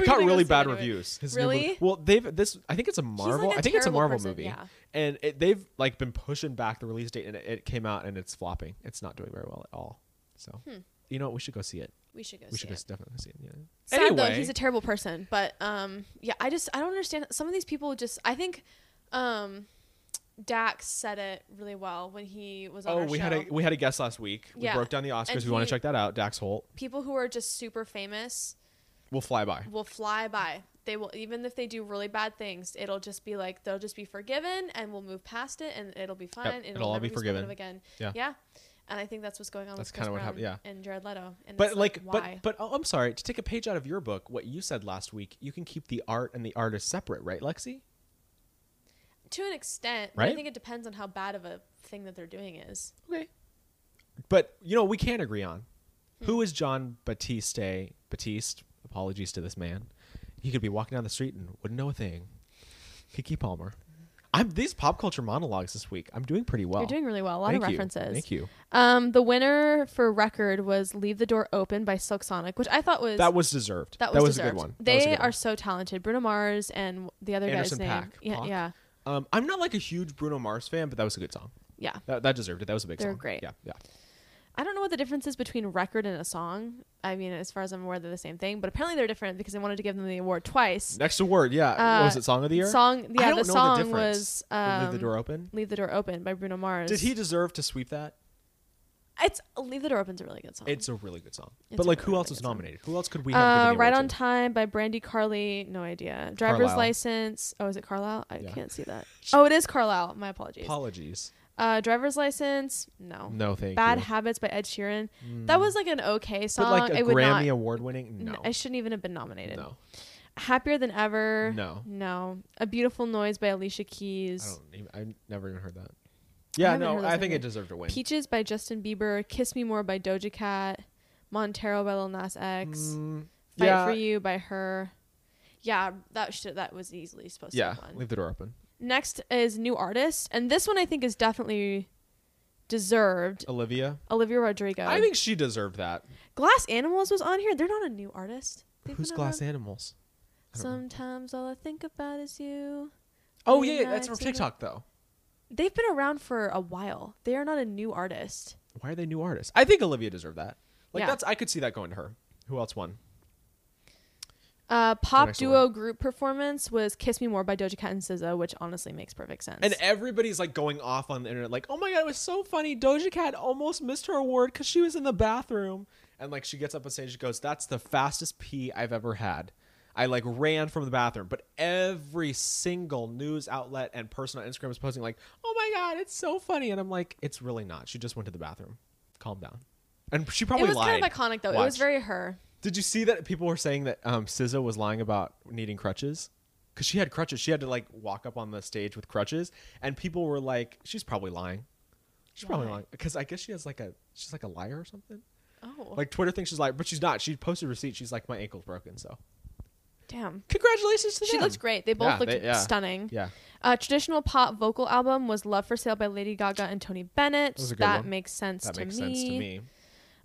S2: it got
S1: gonna go
S2: really
S1: see
S2: bad
S1: it anyway.
S2: reviews. His new
S1: Really?
S2: movie- Well, they've this. I think it's a
S1: like,
S2: Marvel.
S1: a
S2: I think it's a
S1: terrible
S2: Marvel
S1: person,
S2: movie.
S1: yeah.
S2: And it, they've like been pushing back the release date, and it, it came out, and it's flopping. It's not doing very well at all. So, you know, what? we should go see it.
S1: We should Hmm. go.
S2: we
S1: see
S2: should
S1: it.
S2: go definitely see it. Yeah.
S1: Sad
S2: anyway,
S1: though, he's a terrible person. But um, yeah, I just I don't understand. Some of these people just I think, um, Dax said it really well when he was on.
S2: oh,
S1: our
S2: we
S1: show.
S2: had a we had a guest last week.
S1: Yeah.
S2: We broke down the Oscars.
S1: And
S2: we want
S1: he-
S2: to check that out. Dax Holt.
S1: people who are just super famous
S2: We'll fly by.
S1: will fly by. They will even if they do really bad things, it'll just be like they'll just be forgiven and we'll move past it and it'll be fine. and
S2: it'll all
S1: never
S2: be
S1: spoken of
S2: forgiven.
S1: again.
S2: Yeah.
S1: yeah. And I think that's what's going on.
S2: That's
S1: with Chris
S2: kinda what
S1: Brown
S2: happened, yeah.
S1: And Jared Leto. And
S2: But
S1: it's
S2: like,
S1: why?
S2: but but oh, I'm sorry to take a page out of your book. What you said last week, you can keep the art and the artist separate, right, Lexi?
S1: to an extent, but I
S2: Right?
S1: think it depends on how bad of a thing that they're doing is.
S2: Okay. But you know, we can agree on who
S1: Hmm.
S2: is John Batiste. Batiste. Apologies to this man. He could be walking down the street and wouldn't know a thing. Kiki Palmer. I I'm these pop culture monologues this week. I'm doing pretty well.
S1: Hmm. You're doing really well. A lot
S2: Thank
S1: of
S2: you.
S1: references.
S2: Thank you.
S1: Um, the winner for record was "Leave the Door Open" by Silk Sonic, which I thought was
S2: That was deserved.
S1: that was,
S2: a good
S1: deserved.
S2: one. That
S1: They
S2: was a good
S1: are
S2: one.
S1: so talented. Bruno Mars and the other
S2: Anderson
S1: guy's name.
S2: Paak.
S1: Yeah,
S2: Paak?
S1: yeah,
S2: Um, I'm not like a huge Bruno Mars fan, but that was a good song.
S1: yeah.
S2: That, that deserved it. That was a big
S1: They're
S2: song.
S1: great.
S2: Yeah, yeah.
S1: I don't know what the difference is between record and a song. I mean, as far as I'm aware, they're the same thing, but apparently they're different because they wanted to give them the award twice.
S2: Next award. Yeah. what
S1: Uh,
S2: was it song of the year?
S1: Song, yeah,
S2: don't know
S1: the
S2: the
S1: song
S2: difference.
S1: was
S2: Leave
S1: um,
S2: the door open.
S1: Leave the Door Open by Bruno Mars.
S2: Did he deserve to sweep that?
S1: It's Leave the Door Open's a really good song.
S2: It's a really good song.
S1: It's
S2: but
S1: a
S2: like,
S1: really,
S2: who
S1: really
S2: else was
S1: good song.
S2: nominated? Who else could we have given
S1: uh,
S2: the
S1: Right
S2: award
S1: on
S2: to?
S1: Time by Brandy Carly. No idea. Driver's
S2: Carlisle.
S1: License. Oh, is it Carlisle? I
S2: Yeah.
S1: can't see that. Oh, it is Carlisle. My apologies.
S2: Apologies.
S1: uh, Driver's License. No.
S2: No, thank
S1: Bad
S2: you.
S1: Habits by Ed Sheeran. That was like an okay song.
S2: Mm. But like a
S1: it would
S2: Grammy
S1: not.
S2: award winning? No.
S1: I shouldn't even have been nominated.
S2: no.
S1: Happier Than Ever.
S2: No.
S1: No. A Beautiful Noise by Alicia
S2: I
S1: Keys.
S2: don't. Even, I never even heard that. Yeah,
S1: haven't
S2: no.
S1: heard those
S2: I think
S1: either.
S2: it deserved a win.
S1: Peaches by Justin Bieber. Kiss Me More by Doja Cat. Montero by Lil Nas X.
S2: Mm,
S1: Fight
S2: yeah,
S1: for You by her. Yeah, that should that was easily supposed
S2: Yeah.
S1: to have won.
S2: Leave the door open.
S1: Next is new artist, and this one I think is definitely deserved.
S2: Olivia.
S1: Olivia Rodrigo.
S2: I think she deserved that.
S1: Glass Animals was on here. They're not a new artist. They've
S2: Who's
S1: been
S2: Glass
S1: around-
S2: Animals? I don't know.
S1: Sometimes all I think about is you.
S2: Oh
S1: Late
S2: yeah, that's from
S1: nights in the-
S2: TikTok though.
S1: They've been around for a while. They are not a new artist.
S2: Why are they new artists? I think Olivia deserved that. Like
S1: Yeah.
S2: that's I could see that going to her. Who else won?
S1: Uh, pop
S2: next one?
S1: duo group performance was "Kiss Me More" by Doja Cat and SZA, which honestly makes perfect sense.
S2: And everybody's like going off on the internet, like, "Oh my god, it was so funny! Doja Cat almost missed her award because she was in the bathroom." And like, she gets up on stage, she goes, "That's the fastest pee I've ever had." I like ran from the bathroom, but every single news outlet and person on Instagram was posting like, "Oh my god, it's so funny!" And I'm like, "It's really not. She just went to the bathroom. Calm down." And she
S1: it
S2: probably
S1: was
S2: lied.
S1: kind of iconic though. It was
S2: Watch.
S1: very her.
S2: Did you see that people were saying that um, SZA was lying about needing crutches? Because she had crutches. She had to like walk up on the stage with crutches, and people were like, "She's probably lying. She's probably
S1: Why?
S2: lying." Because I guess she has like a she's like a liar or something.
S1: Oh,
S2: Like Twitter thinks she's lying, but she's not. She posted a receipt. She's like, "My ankle's broken." So
S1: damn.
S2: congratulations to
S1: She
S2: them.
S1: looks great. They both
S2: Yeah,
S1: looked
S2: they- yeah.
S1: stunning.
S2: Yeah,
S1: A traditional pop vocal album was "Love for Sale" by Lady Gaga and Tony Bennett.
S2: was a good
S1: That
S2: one.
S1: makes sense
S2: that
S1: to
S2: makes
S1: me.
S2: sense to me.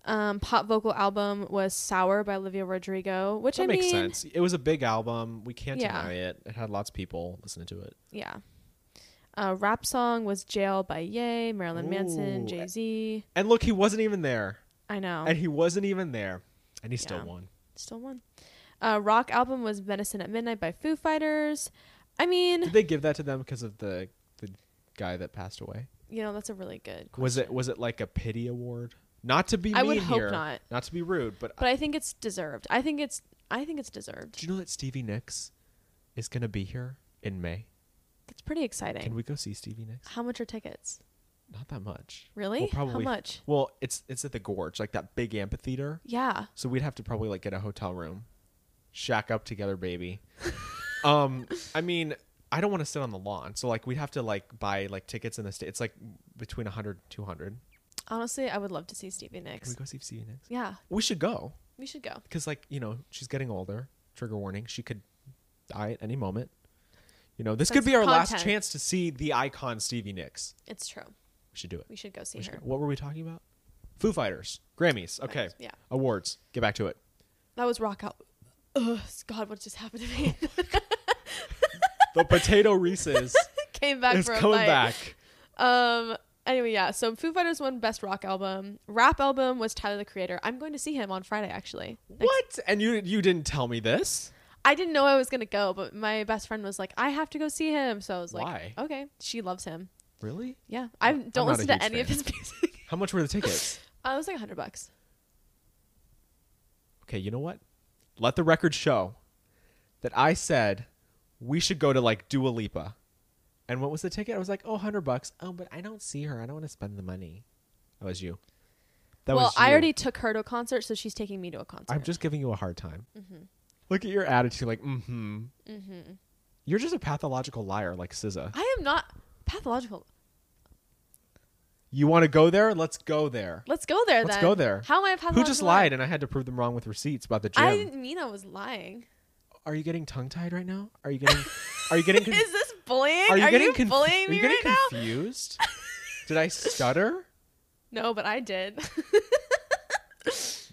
S1: Um, pop vocal album was "Sour" by Olivia Rodrigo, which
S2: That
S1: I
S2: makes
S1: mean,
S2: sense. It was a big album. We can't
S1: Yeah.
S2: deny it. It had lots of people listening to it.
S1: yeah. A rap song was "Jail" by Ye, Marilyn
S2: Ooh.
S1: Manson, Jay Z.
S2: And look, he wasn't even there,
S1: I know,
S2: and he wasn't even there, and he still
S1: Oh. Yeah.
S2: won.
S1: still one. A rock album was "Medicine at Midnight" by Foo Fighters. I mean,
S2: Did they give that to them because of the the guy that passed away?
S1: you know, that's a really good. Question.
S2: Was it was it like a pity award? Not to be
S1: I
S2: mean
S1: would hope
S2: here,
S1: not.
S2: to be rude, but,
S1: But I think it's deserved. I think it's. I think it's
S2: do
S1: deserved.
S2: you know that Stevie Nicks is gonna be here in May?
S1: It's pretty exciting.
S2: Can we go see Stevie Nicks?
S1: How much are tickets?
S2: Not that much.
S1: Really?
S2: We'll probably-
S1: How much?
S2: Well, it's it's at the Gorge, like that big amphitheater.
S1: Yeah.
S2: So we'd have to probably like get a hotel room, shack up together, baby. um, I mean, I don't want to sit on the lawn, so like we'd have to like buy like tickets in the state. It's like between 100 and 200.
S1: Honestly, I would love to see Stevie
S2: Can we
S1: Nicks.
S2: go see Stevie Nicks?
S1: Yeah,
S2: We should go.
S1: we should go.
S2: because like you know she's getting older trigger warning she could die at any moment you know this could
S1: That's
S2: be our last
S1: content.
S2: chance to see the icon stevie nicks
S1: It's true.
S2: we should do it
S1: We should go see
S2: We should
S1: her.
S2: go. what were we talking about foo fighters grammys okay
S1: Yeah.
S2: awards get back to it
S1: That was rock out. Ugh, God, what just happened to me?
S2: the potato reese's
S1: Came back
S2: is
S1: for a bite.
S2: coming back
S1: Um. Anyway, yeah. So Foo Fighters won Best Rock Album. Rap album was Tyler the Creator. I'm going to see him on Friday, actually. Next-
S2: what and you you didn't tell me this
S1: I didn't know I was gonna go, but my best friend was like, "I have to go see him," so I was like,
S2: Why?
S1: "Okay." She loves him.
S2: really
S1: Yeah, I
S2: I'm
S1: don't
S2: not a
S1: listen to
S2: huge
S1: any of
S2: fan.
S1: his music.
S2: how much were the tickets
S1: I was like a hundred bucks.
S2: okay you know what let the record show that i said we should go to like Dua Lipa. And what was the ticket? I was like, oh, 100 bucks. Oh, but I don't see her. I don't want to spend the money. That was you. That
S1: well,
S2: was
S1: I
S2: you.
S1: already took her to a concert, so she's taking me to a concert.
S2: I'm just giving you a hard time.
S1: Mm-hmm.
S2: Look at your attitude. Like, mm hmm. Mm hmm. You're just a pathological liar like SZA.
S1: I am not pathological.
S2: You want to go there? Let's go there.
S1: Let's go there
S2: Let's
S1: then.
S2: go there.
S1: How am I a pathological?
S2: Who just lied and I had to prove them wrong with receipts about the gym?
S1: I didn't mean I was lying.
S2: Are you getting tongue tied right now? Are you getting. Are you getting. con-
S1: Is this bullying? Are
S2: Are
S1: you,
S2: you getting conf-
S1: bullying
S2: are
S1: me
S2: you
S1: right
S2: getting
S1: now?
S2: confused? Did I stutter?
S1: No, but I did.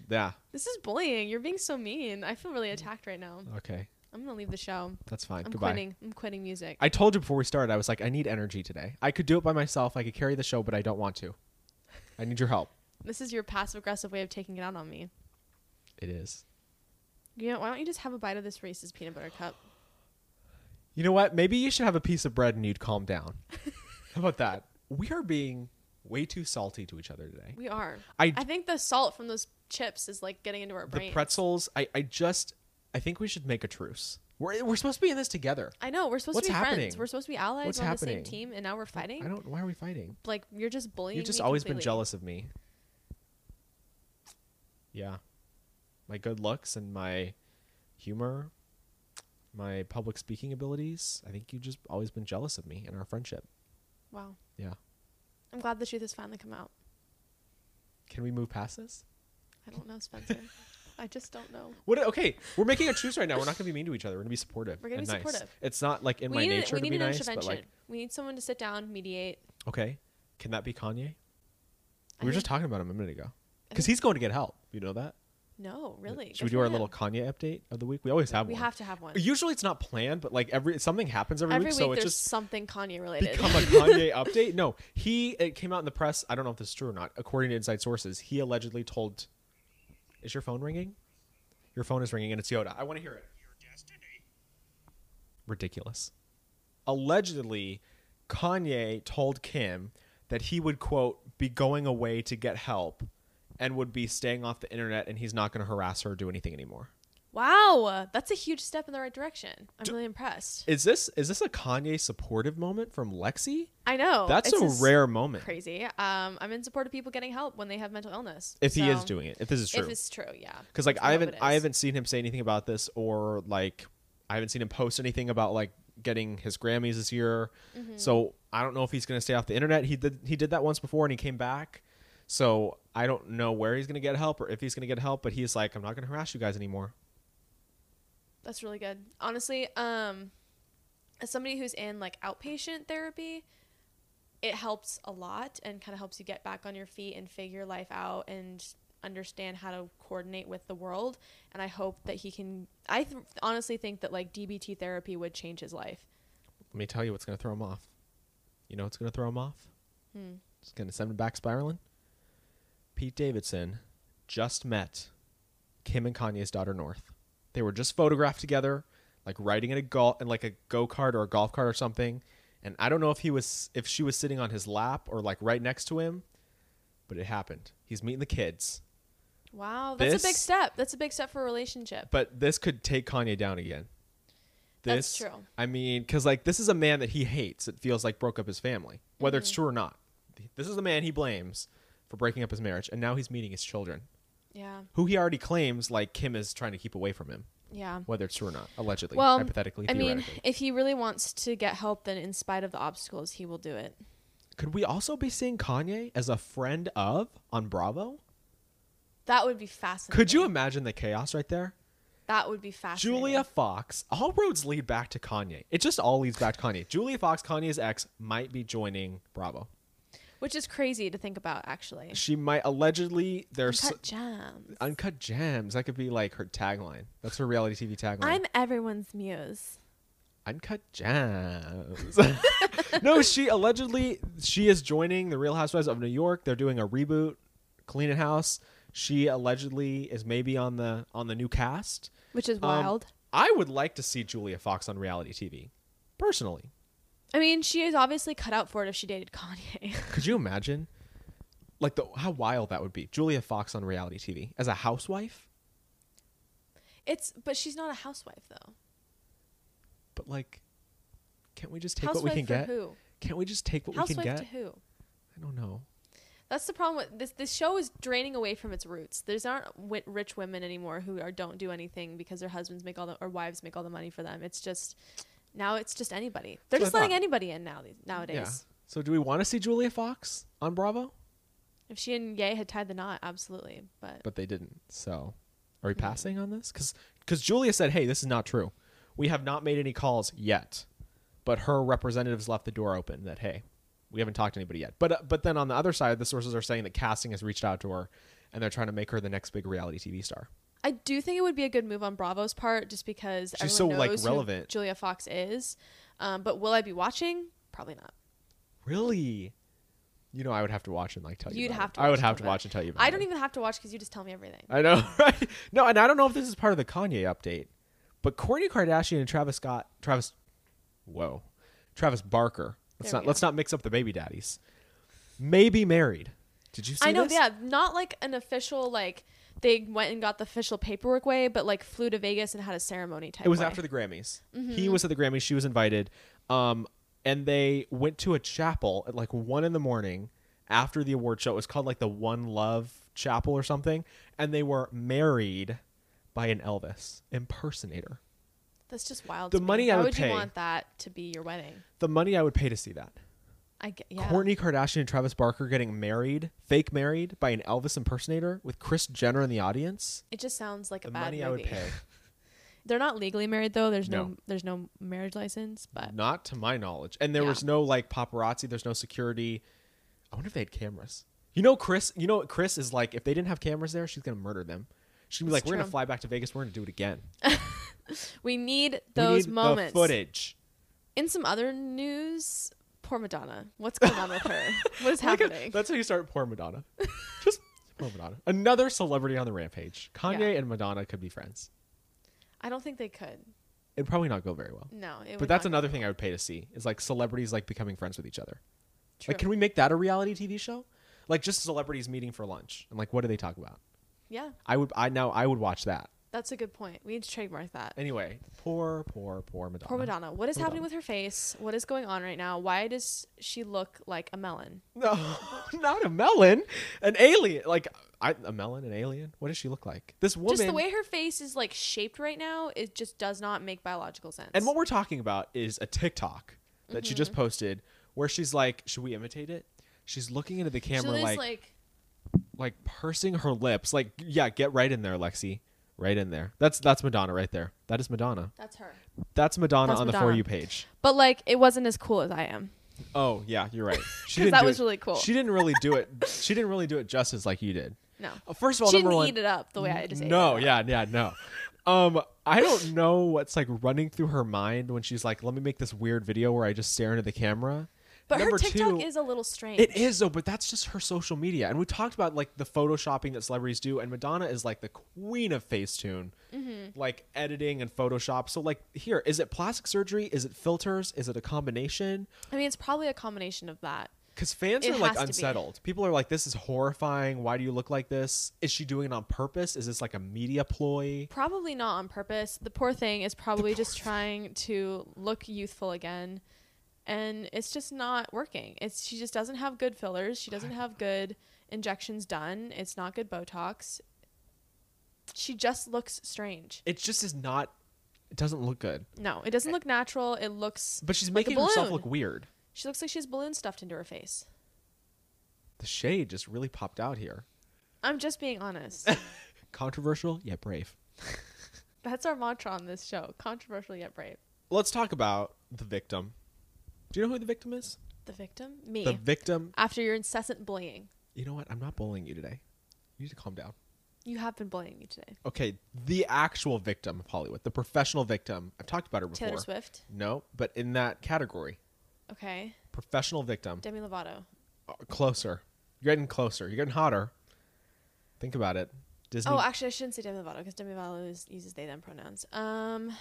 S2: Yeah.
S1: this is bullying. You're being so mean. I feel really attacked right now.
S2: Okay.
S1: I'm gonna leave the show.
S2: That's fine.
S1: I'm
S2: Goodbye.
S1: quitting. I'm quitting music.
S2: I told you before we started, I was like, I need energy today. I could do it by myself. I could carry the show, but I don't want to. I need your help.
S1: this is your passive aggressive way of taking it out on me.
S2: It is.
S1: You know, why don't you just have a bite of this Reese's peanut butter cup?
S2: You know what? Maybe you should have a piece of bread and you'd calm down. How about that? We are being way too salty to each other today.
S1: We are.
S2: I-
S1: I think the salt from those chips is like getting into our
S2: The
S1: brain.
S2: pretzels, I, I just, I think we should make a truce. We're, we're supposed to be in this together.
S1: I know we're supposed
S2: What's
S1: to be friends.
S2: happening?
S1: We're supposed to be allies.
S2: What's
S1: we're on
S2: happening?
S1: the same team, and now we're fighting.
S2: I don't, why are we fighting?
S1: like you're just bullying.
S2: You've just
S1: me
S2: always been
S1: completely.
S2: jealous of me. Yeah. My good looks and my humor, my public speaking abilities. I think you've just always been jealous of me and our friendship.
S1: Wow.
S2: Yeah.
S1: I'm glad the truth has finally come out.
S2: Can we move past this?
S1: I don't know, Spencer. I just don't know.
S2: What? Okay, we're making a choice right now. We're not going to be mean to each other. We're going to be supportive.
S1: We're gonna
S2: and
S1: be
S2: nice.
S1: supportive.
S2: It's not like in
S1: we
S2: my
S1: need, an-
S2: nature
S1: we
S2: to
S1: need
S2: be
S1: an
S2: nice,
S1: intervention.
S2: but like,
S1: we need someone to sit down, mediate.
S2: okay, can that be Kanye?
S1: I
S2: We were
S1: think-
S2: just talking about him a minute ago
S1: I
S2: because
S1: think-
S2: he's going to get help. You know that?
S1: No, really.
S2: Should we
S1: Good
S2: do
S1: for
S2: our
S1: him.
S2: little Kanye update of the week? We always have
S1: We
S2: one.
S1: have to have one.
S2: Usually it's not planned, but like every something happens every,
S1: Every
S2: week,
S1: week
S2: so it
S1: there's
S2: just
S1: something Kanye related.
S2: become a Kanye update. No, he it came out in the press. I don't know if this is true or not. According to inside sources, he allegedly told. Is your phone ringing? Your phone is ringing, and it's Yoda. I want to hear it. Ridiculous. Allegedly, Kanye told Kim that he would quote be going away to get help, and would be staying off the internet, and he's not going to harass her or do anything anymore.
S1: wow, that's a huge step in the right direction. I'm really impressed.
S2: Is this is this a Kanye supportive moment from Lexi?
S1: I know.
S2: That's
S1: Oh, it's
S2: a
S1: just
S2: rare moment.
S1: Crazy. Um, I'm in support of people getting help when they have mental illness.
S2: If he is
S1: So,
S2: doing it, if this is true,
S1: If it's true, yeah.
S2: because like
S1: Let's
S2: I
S1: hope
S2: haven't
S1: it
S2: I
S1: is.
S2: haven't seen him say anything about this or like I haven't seen him post anything about like getting his Grammys this year.
S1: Mm-hmm.
S2: So I don't know if he's going to stay off the internet. He did he did that once before and he came back. So I don't know where he's going to get help or if he's going to get help. But he's like, I'm not going to harass you guys anymore.
S1: That's really good. Honestly, um, as somebody who's in like outpatient therapy, it helps a lot and kind of helps you get back on your feet and figure life out and understand how to coordinate with the world. And I hope that he can. I th- honestly think that like DBT therapy would change his life.
S2: Let me tell you what's going to throw him off. You know what's going to throw him off?
S1: Hmm.
S2: It's going to send him back spiraling. Pete Davidson just met Kim and Kanye's daughter North. They were just photographed together, like riding in a golf in like a go kart or a golf cart or something. And I don't know if he was if she was sitting on his lap or like right next to him, but it happened. He's meeting the kids.
S1: Wow, that's a big
S2: This-
S1: step. That's a big step for a relationship.
S2: But this could take Kanye down again.
S1: That's
S2: This,
S1: true.
S2: I mean, because like this is a man that he hates. It feels like broke up his family, whether
S1: Mm-hmm.
S2: it's true or not. This is the man he blames for breaking up his marriage, and now he's meeting his children,
S1: Yeah,
S2: who he already claims like Kim is trying to keep away from him,
S1: yeah.
S2: whether it's true or not, allegedly,
S1: Well,
S2: hypothetically,
S1: I mean,
S2: theoretically.
S1: if he really wants to get help, then in spite of the obstacles, he will do it.
S2: Could we also be seeing Kanye as a friend of on Bravo?
S1: That would be fascinating.
S2: Could you imagine the chaos right there?
S1: That would be fascinating.
S2: Julia Fox. All roads lead back to Kanye. It just all leads back to Kanye. Julia Fox, Kanye's ex, might be joining Bravo.
S1: which is crazy to think about actually.
S2: She might allegedly there's
S1: Cut jam.
S2: uncut gems. That could be like her tagline. That's her reality TV tagline.
S1: I'm everyone's muse.
S2: uncut gems. no, she allegedly she is joining the Real Housewives of New York. They're doing a reboot, Clean It House. She allegedly is maybe on the on the new cast.
S1: Which is
S2: Um,
S1: wild.
S2: I would like to see Julia Fox on reality TV, personally.
S1: I mean, she is obviously cut out for it if she dated Kanye.
S2: Could you imagine? Like the how wild that would be. Julia Fox on reality TV as a housewife,
S1: it's but she's not a housewife though.
S2: but like can't we just take
S1: housewife
S2: what we can
S1: for
S2: get?
S1: who?
S2: Can't we just take what we can
S1: housewife
S2: get?
S1: to who?
S2: I don't know.
S1: That's the problem with this. This show is draining away from its roots. There's aren't wi- rich women anymore who are don't do anything because their husbands make all the or wives make all the money for them. It's just now it's just anybody. They're
S2: That's
S1: just
S2: what I
S1: letting
S2: thought.
S1: anybody in now these- nowadays.
S2: So do we want to see Julia Fox on Bravo?
S1: If she and Ye had tied the knot, absolutely. But
S2: But they didn't. So are we
S1: Hmm.
S2: passing on this? Because Julia said, "Hey, this is not true. We have not made any calls yet." but her representatives left the door open that hey, we haven't talked to anybody yet. But uh, but then on the other side, the sources are saying that casting has reached out to her, and they're trying to make her the next big reality TV star.
S1: I do think it would be a good move on Bravo's part, just because
S2: She's
S1: everyone
S2: so, like,
S1: knows who
S2: relevant.
S1: Julia Fox is. Um, but will I be watching? Probably not.
S2: Really. You know, I would have to watch and like tell you.
S1: You'd
S2: about
S1: have
S2: it.
S1: to
S2: I would
S1: watch
S2: have
S1: some
S2: to
S1: of it.
S2: watch and tell you. About
S1: I don't
S2: it.
S1: even have to watch because you just tell me everything.
S2: I know, right? No, and I don't know if this is part of the Kanye update, but Kourtney Kardashian and Travis Scott, Travis, whoa, Travis Barker. Let's
S1: There we
S2: not
S1: go.
S2: let's not mix up the baby daddies. May be married. Did you see?
S1: I know,
S2: this?
S1: yeah, not like an official like they went and got the official paperwork way, but like flew to Vegas and had a ceremony type.
S2: It was
S1: way.
S2: after the Grammys.
S1: Mm-hmm.
S2: He was at the Grammys. She was invited. Um, and they went to a chapel at like one in the morning after the award show. It was called like the One Love Chapel or something. And they were married by an Elvis impersonator.
S1: That's just wild.
S2: The
S1: to me.
S2: money I
S1: Why
S2: would
S1: you
S2: pay.
S1: want that to be your wedding?
S2: The money I would pay to see that.
S1: I get, yeah.
S2: Kourtney Kardashian and Travis Barker getting married, fake married by an Elvis impersonator with Chris Jenner in the audience.
S1: It just sounds like a
S2: The
S1: bad
S2: money
S1: movie.
S2: I would pay,
S1: They're not legally married though. There's no.
S2: No. Mm.
S1: there's no marriage license, but
S2: not to my knowledge. And there
S1: Yeah.
S2: was no like paparazzi. There's no security. I wonder if they had cameras. You know, Chris. You know, Chris is like, if they didn't have cameras there, she's gonna murder them. She's gonna be
S1: That's
S2: like, we're gonna
S1: true.
S2: fly back to Vegas. We're gonna do it again.
S1: we need
S2: We
S1: those
S2: need the
S1: moments.
S2: footage.
S1: In some other news, poor Madonna. What's going on with her? What is
S2: Like,
S1: happening?
S2: that's how you start poor Madonna. Just poor Madonna. Another celebrity on the rampage. Kanye
S1: Yeah.
S2: and Madonna could be friends.
S1: I don't think they could.
S2: It'd probably not go very well.
S1: No, it
S2: But
S1: would
S2: that's
S1: not
S2: another thing I would pay to see is like celebrities like becoming friends with each other.
S1: True.
S2: Like, can we make that a reality TV show? Like just celebrities meeting for lunch and like what do they talk about?
S1: yeah,
S2: I would I now I would watch that.
S1: that's a good point. We need to trademark that.
S2: Anyway, poor, poor, poor Madonna.
S1: Poor Madonna. What is
S2: Madonna.
S1: happening with her face? What is going on right now? Why does she look like a melon?
S2: No, not a melon, an alien. Like I, a melon, an alien. What does she look like? This woman.
S1: Just the way her face is like shaped right now, it just does not make biological sense.
S2: and what we're talking about is a TikTok that she
S1: Mm-hmm.
S2: just posted where she's like, should we imitate it? She's looking into the
S1: she
S2: camera
S1: looks like,
S2: like, like pursing her lips. Like yeah, get right in there, Lexi. Right in there. That's that's Madonna right there. That is Madonna.
S1: that's her.
S2: That's Madonna
S1: That's
S2: on the for
S1: Madonna.
S2: you page.
S1: But like it wasn't as cool as I am.
S2: Oh yeah, you're right. She
S1: 'Cause
S2: didn't
S1: that
S2: do
S1: was
S2: it-
S1: really cool.
S2: She didn't really do it. She didn't really do it justice like you did.
S1: No.
S2: Uh, First of all,
S1: she
S2: number
S1: didn't
S2: one,
S1: eat it up the way I just ate
S2: no,
S1: it.
S2: yeah, yeah, no. Um, I don't know what's like running through her mind when she's like, "Let me make this weird video where I just stare into the camera."
S1: But
S2: number
S1: her TikTok
S2: two,
S1: is a little strange.
S2: It is though, but that's just her social media, and we talked about like the photoshopping that celebrities do, and Madonna is like the queen of Facetune,
S1: Mm-hmm.
S2: like editing and Photoshop. So like, here is it plastic surgery? Is it filters? Is it a combination?
S1: I mean, it's probably a combination of that.
S2: Because fans
S1: It
S2: are like
S1: has to be.
S2: unsettled. People are like, "This is horrifying. Why do you look like this? Is she doing it on purpose? Is this like a media ploy?"
S1: Probably not on purpose. The poor thing is probably just trying to look youthful again. And it's just not working. It's she just doesn't have good fillers. She doesn't have good injections done. It's not good Botox. She just looks strange.
S2: It just is not. It doesn't look good.
S1: No, it
S2: Eh.
S1: doesn't look natural. It looks
S2: But she's
S1: Like a
S2: making herself
S1: balloon.
S2: look weird.
S1: she looks like she has balloon stuffed into her face.
S2: The shade just really popped out here.
S1: I'm just being honest.
S2: Controversial yet brave.
S1: That's our mantra on this show. Controversial yet brave.
S2: Let's talk about the victim. Do you know who the victim is?
S1: The victim? Me.
S2: The victim.
S1: After your incessant bullying. You
S2: You know what? I'm not bullying you today. You need to calm down.
S1: you have been bullying me today.
S2: Okay, the actual victim of Hollywood, the professional victim. I've talked about her before.
S1: Taylor Swift.
S2: No, but in that category,
S1: Okay.
S2: professional victim.
S1: Demi Lovato.
S2: Uh, Closer. You're getting closer. You're getting hotter. Think about it. Disney.
S1: Oh, actually, I shouldn't say Demi Lovato because Demi Lovato is, uses they them pronouns. Um,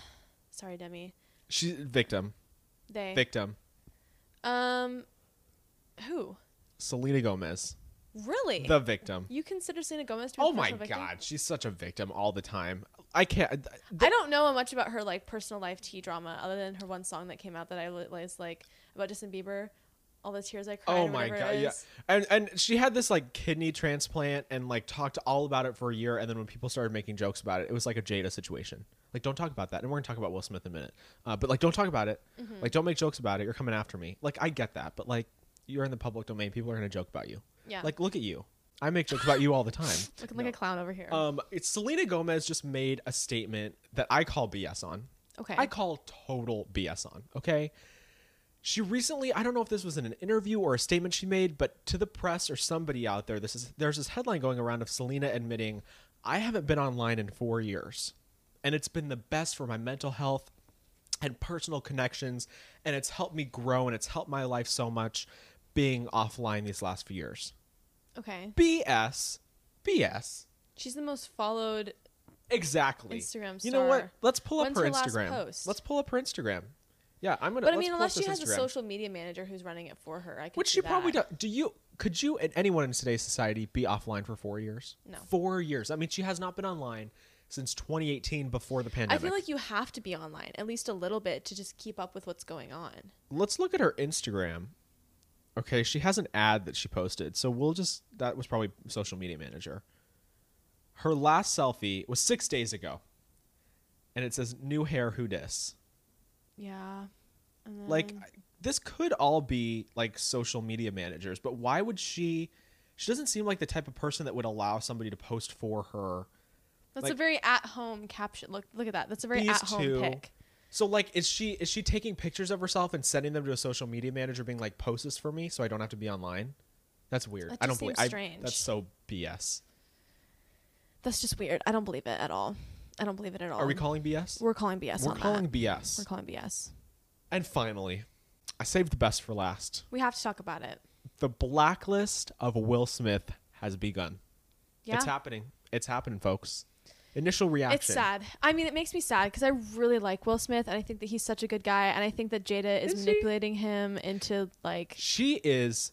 S1: sorry, Demi.
S2: she's victim.
S1: They.
S2: Victim.
S1: um, who?
S2: Selena Gomez.
S1: Really?
S2: The victim.
S1: you consider Selena Gomez to be a
S2: Oh my
S1: professional victim?
S2: god, she's such a victim all the time. I can't.
S1: I don't know much about her like personal life tea drama other than her one song that came out that I li- was like about Justin Bieber, all the tears I cried.
S2: Oh
S1: or
S2: my
S1: whatever it
S2: god, yeah.
S1: is.
S2: And and she had this like kidney transplant and like talked all about it for a year. And then when people started making jokes about it, it was like a Jada situation. Like don't talk about that. And we're gonna talk about Will Smith in a minute. Uh, but like don't talk about it.
S1: Mm-hmm.
S2: Like don't make jokes about it. You're coming after me. Like I get that, but like you're in the public domain. People are gonna joke about you.
S1: Yeah.
S2: Like look at you. I make jokes about you all the time.
S1: Looking like
S2: No.
S1: a clown over here.
S2: Um, it's Selena Gomez just made a statement that I call BS on.
S1: okay.
S2: I call total BS on. Okay. She recently, I don't know if this was in an interview or a statement she made, but to the press or somebody out there, this is there's this headline going around of Selena admitting, "I haven't been online in 4 years." And it's been the best for my mental health and personal connections, and it's helped me grow and it's helped my life so much being offline these last few years.
S1: Okay.
S2: BS. BS.
S1: She's the most followed.
S2: Exactly.
S1: Instagram
S2: You know what?
S1: star.
S2: Let's pull up
S1: When's
S2: her
S1: her last
S2: Instagram.
S1: post?
S2: Let's pull up her Instagram. Yeah, I'm gonna.
S1: But I
S2: let's
S1: mean,
S2: pull up
S1: unless she
S2: this
S1: has a
S2: Instagram.
S1: social media manager who's running it for her, I could.
S2: which
S1: see
S2: she probably does.
S1: that.
S2: Do you? Could you and anyone in today's society be offline for four years?
S1: No.
S2: Four years. I mean, she has not been online since 2018 before the pandemic.
S1: I feel like you have to be online at least a little bit to just keep up with what's going on.
S2: Let's look at her Instagram. Okay, she has an ad that she posted, so we'll just that was probably social media manager. Her last selfie was six days ago, and it says "New hair, who dis."
S1: Yeah. And then,
S2: like I- this could all be like social media managers but why would she she doesn't seem like the type of person that would allow somebody to post for her
S1: that's a
S2: like-
S1: very at-home caption. Look, look at that. That's a very
S2: These
S1: at-home
S2: two-
S1: pic.
S2: so like is she is she taking pictures of herself and sending them to a social media manager being like post this for me so i don't have to be online that's weird
S1: That
S2: i don't
S1: just
S2: believe
S1: seems
S2: I-
S1: strange.
S2: that's so bs
S1: That's just weird. I don't believe it at all. I don't believe it at all.
S2: are we calling bs
S1: Oh. We're calling BS
S2: We're
S1: on
S2: calling
S1: that.
S2: bs
S1: We're calling BS.
S2: and finally i saved the best for last
S1: We have to talk about it.
S2: the blacklist of will smith has begun
S1: Yeah.
S2: it's happening it's happening folks initial reaction
S1: It's sad. I mean, it makes me sad because I really like Will Smith and I think that he's such a good guy. And I think that Jada is,
S2: Is he?
S1: manipulating him into like,
S2: she is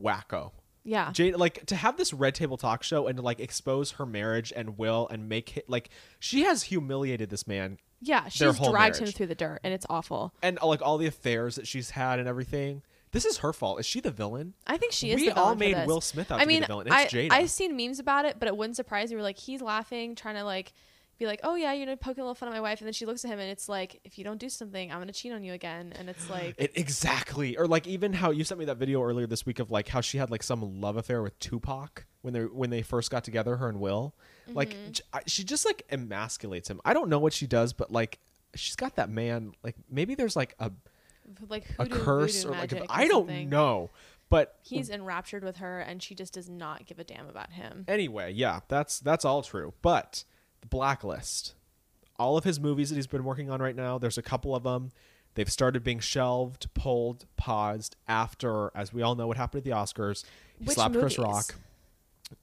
S2: wacko.
S1: yeah,
S2: Jade, like to have this red table talk show and to like expose her marriage and Will and make it like she has humiliated this man
S1: yeah.
S2: their
S1: She's
S2: whole
S1: dragged him
S2: marriage.
S1: through the dirt, and it's awful.
S2: and uh, like all the affairs that she's had and everything. This is her fault. Is she the villain?
S1: I think she is.
S2: We
S1: the villain
S2: all made
S1: for this.
S2: Will Smith out
S1: I
S2: to be
S1: mean,
S2: the villain. It's
S1: I,
S2: Jada.
S1: I've seen memes about it, but it wouldn't surprise me. We're like, he's laughing, trying to like be like, oh yeah, you know, poking a little fun at my wife, and then she looks at him, and it's like, if you don't do something, I'm gonna cheat on you again, and it's like,
S2: It, exactly. Or like even how you sent me that video earlier this week of like how she had like some love affair with Tupac when they when they first got together, her and Will. Like j- I- she just like emasculates him. I don't know what she does, but like she's got that man. Like maybe there's like a
S1: like
S2: a
S1: hoodoo,
S2: curse
S1: voodoo
S2: or like
S1: magic
S2: a,
S1: or
S2: I don't
S1: something.
S2: know. But
S1: He's enraptured with her, and she just does not give a damn about him.
S2: anyway, yeah, that's that's all true. But the blacklist, all of his movies that he's been working on right now, there's a couple of them. They've started being shelved, pulled, paused after, as we all know, what happened at the Oscars. He
S1: Which
S2: slapped Chris
S1: movies?
S2: Rock.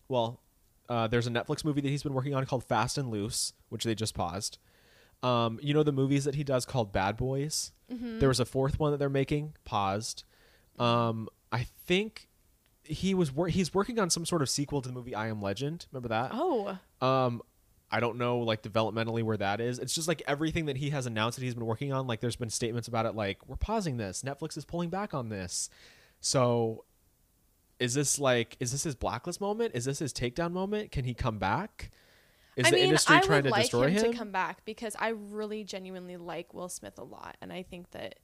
S2: Well, uh, there's a Netflix movie that he's been working on called Fast and Loose, which they just paused. Um, you know the movies that he does called Bad Boys.
S1: Mm-hmm.
S2: There was a fourth one that they're making paused. Um, I think he was wor- he's working on some sort of sequel to the movie I Am Legend. Remember that?
S1: Oh,
S2: Um, I don't know like developmentally where that is. It's just like everything that he has announced that he's been working on. Like there's been statements about it, like we're pausing this. Netflix is pulling back on this. So, is this like is this his blacklist moment? Is this his takedown moment? Can he come back? Is
S1: I
S2: the
S1: mean,
S2: industry
S1: I
S2: trying
S1: would
S2: to
S1: like
S2: destroy
S1: him,
S2: him?
S1: to come back because I really genuinely like Will Smith a lot, and I think that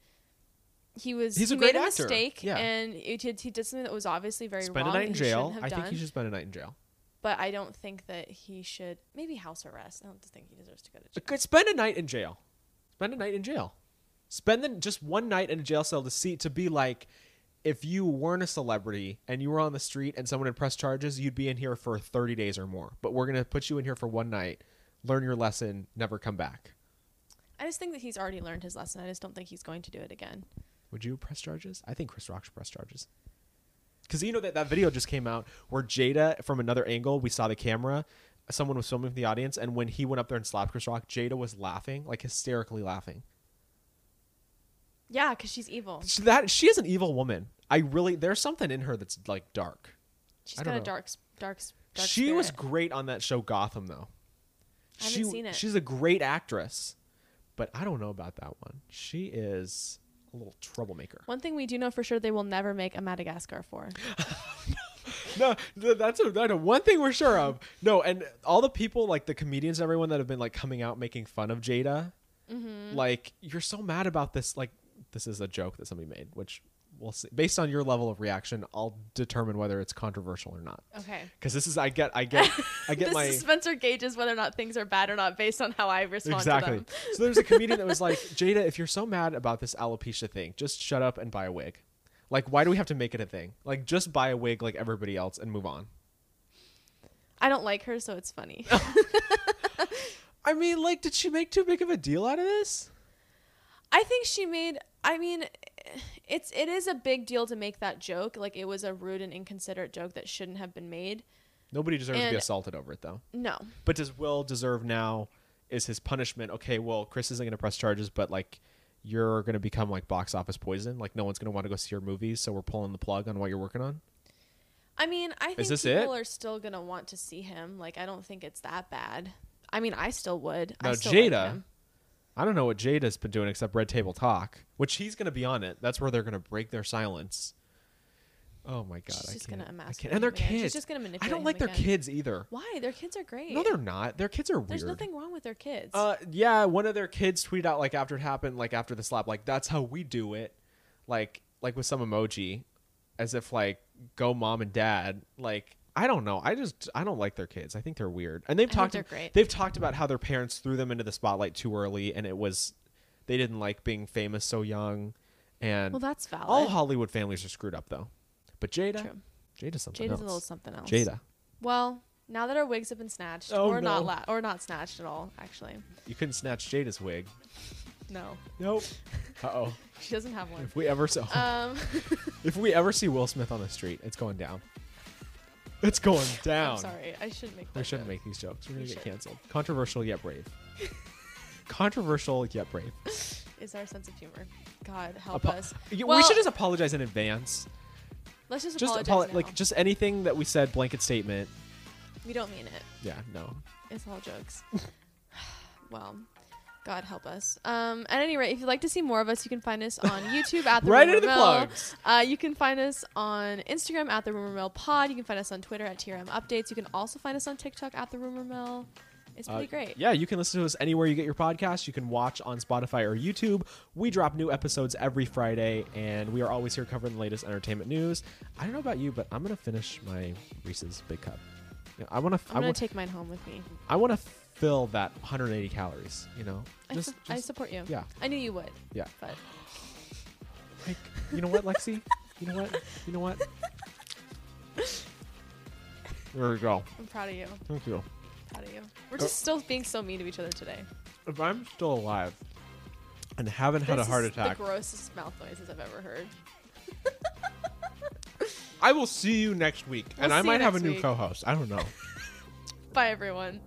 S1: he was
S2: He's a
S1: he
S2: great
S1: made a
S2: actor.
S1: mistake,
S2: Yeah.
S1: and it did, he did something that was obviously very
S2: spend a
S1: wrong.
S2: night in
S1: that he shouldn't
S2: jail.
S1: have
S2: I think
S1: done,
S2: he should spend a night in jail.
S1: but I don't think that he should. Maybe house arrest. I don't think he deserves to go to jail.
S2: Could spend a night in jail. Spend a night in jail. Spend the, just one night in a jail cell to see to be like, if you weren't a celebrity and you were on the street and someone had pressed charges, you'd be in here for thirty days or more. But we're gonna put you in here for one night, learn your lesson, never come back.
S1: I just think that he's already learned his lesson. I just don't think he's going to do it again.
S2: Would you press charges? I think Chris Rock should press charges. Because you know that that video just came out where Jada, from another angle, we saw the camera. Someone was filming from the audience, and when he went up there and slapped Chris Rock, Jada was laughing, like hysterically laughing.
S1: Yeah, because she's evil.
S2: She, that she is an evil woman. I really there's something in her that's like dark.
S1: She's
S2: I
S1: got
S2: don't
S1: a
S2: know.
S1: dark, s- dark, s- dark.
S2: she was
S1: spirit.
S2: great on that show Gotham though.
S1: I haven't
S2: she,
S1: seen it.
S2: She's a great actress, but I don't know about that one. She is a little troublemaker.
S1: One thing we do know for sure they will never make a Madagascar for.
S2: no, th- that's a, that's a one thing we're sure of. No, and all the people like the comedians, and everyone that have been like coming out making fun of Jada, like you're so mad about this. Like this is a joke that somebody made, which we'll see. Based on your level of reaction, I'll determine whether it's controversial or not.
S1: Okay.
S2: Because this is I get I get I get
S1: this
S2: my
S1: Spencer gauges whether or not things are bad or not based on how I respond to
S2: exactly.
S1: them.
S2: So there's a comedian that was like, Jada, if you're so mad about this alopecia thing, just shut up and buy a wig. Like, why do we have to make it a thing? Like, just buy a wig like everybody else and move on.
S1: I don't like her, so it's funny.
S2: I mean, like, did she make too big of a deal out of this?
S1: I think she made. I mean, it's it is a big deal to make that joke. Like it was a rude and inconsiderate joke that shouldn't have been made.
S2: Nobody deserves to be
S1: And-
S2: assaulted over it, though.
S1: No,
S2: But does Will deserve now? Is his punishment okay? Well, Chris isn't going to press charges, but like, you're going to become like box office poison. Like, no one's going to want to go see your movies, so we're pulling the plug on what you're working on.
S1: I mean, I think
S2: this
S1: people
S2: it?
S1: are still gonna want to see him. Like I don't think it's that bad. I mean, I still would. I
S2: Now,
S1: still like
S2: Jada-
S1: him.
S2: I don't know what Jada's been doing except Red Table Talk, which he's going to be on it. That's where they're going to break their silence. Oh my god,
S1: she's
S2: I
S1: just
S2: can't.
S1: gonna
S2: I
S1: emasculate
S2: can't. And their
S1: him again.
S2: kids.
S1: She's just gonna
S2: I
S1: manipulate.
S2: don't
S1: him
S2: like their
S1: again.
S2: kids either.
S1: Why? Their kids are great.
S2: No, they're not. Their kids are weird.
S1: There's nothing wrong with their kids.
S2: Uh, yeah, one of their kids tweeted out like after it happened, like after the slap, like that's how we do it, like like with some emoji, as if like go mom and dad. Like I don't know, I just I don't like their kids. I think they're weird, and they've
S1: I think
S2: talked
S1: they're great.
S2: they've talked about how their parents threw them into the spotlight too early, and it was they didn't like being famous so young, and
S1: well, that's valid.
S2: all Hollywood families are screwed up though. But Jada,
S1: True.
S2: Jada's something
S1: Jada's
S2: else.
S1: a little something else.
S2: Jada,
S1: Well, now that our wigs have been snatched,
S2: Oh,
S1: or not,
S2: no.
S1: la- or not snatched at all, actually.
S2: you couldn't snatch Jada's wig.
S1: No,
S2: Nope. Uh oh.
S1: she doesn't have one.
S2: If we ever so.
S1: Um,
S2: If we ever see Will Smith on the street, it's going down. It's going down.
S1: I'm sorry, I shouldn't make. That
S2: We shouldn't
S1: joke.
S2: make these jokes. We're gonna
S1: We should.
S2: get canceled. Controversial yet brave. Controversial yet brave.
S1: Is our sense of humor? God help
S2: Apo-
S1: us.
S2: Y- we
S1: Well-
S2: should just apologize in advance.
S1: Let's just,
S2: Just
S1: apologize.
S2: apolo-
S1: now.
S2: like just anything that we said, blanket statement.
S1: we don't mean it.
S2: Yeah, no.
S1: It's all jokes. well, God help us. Um, at any rate, if you'd like to see more of us, you can find us on YouTube at the
S2: right
S1: Rumor
S2: into the
S1: Mill.
S2: plugs.
S1: Uh, you can find us on Instagram at the Rumor Mill Pod. You can find us on Twitter at TRM Updates. You can also find us on TikTok at the Rumor Mill. It's pretty
S2: Uh,
S1: great.
S2: Yeah, you can listen to us anywhere you get your podcast. You can watch on Spotify or YouTube. We drop new episodes every Friday, and we are always here covering the latest entertainment news. I don't know about you, but I'm gonna finish my Reese's Big Cup. Yeah, I want to.
S1: I'm
S2: I
S1: gonna
S2: want.
S1: take mine home with me.
S2: I want to fill that 180 calories. You know,
S1: I,
S2: just,
S1: su- I
S2: just-
S1: support you.
S2: yeah,
S1: I knew you would,
S2: yeah.
S1: but
S2: Like, you know what, Lexi? You know what? You know what? There we go.
S1: I'm proud of you.
S2: Thank you.
S1: Proud of you.
S2: Oh.
S1: We're just still being so mean to each other today.
S2: If I'm still alive and haven't had a
S1: This
S2: heart
S1: is
S2: attack,
S1: The grossest mouth noises I've ever heard.
S2: I will see you next week,
S1: We'll
S2: and I
S1: see you
S2: might have a
S1: next
S2: new
S1: week.
S2: co-host. I don't know.
S1: Bye, everyone.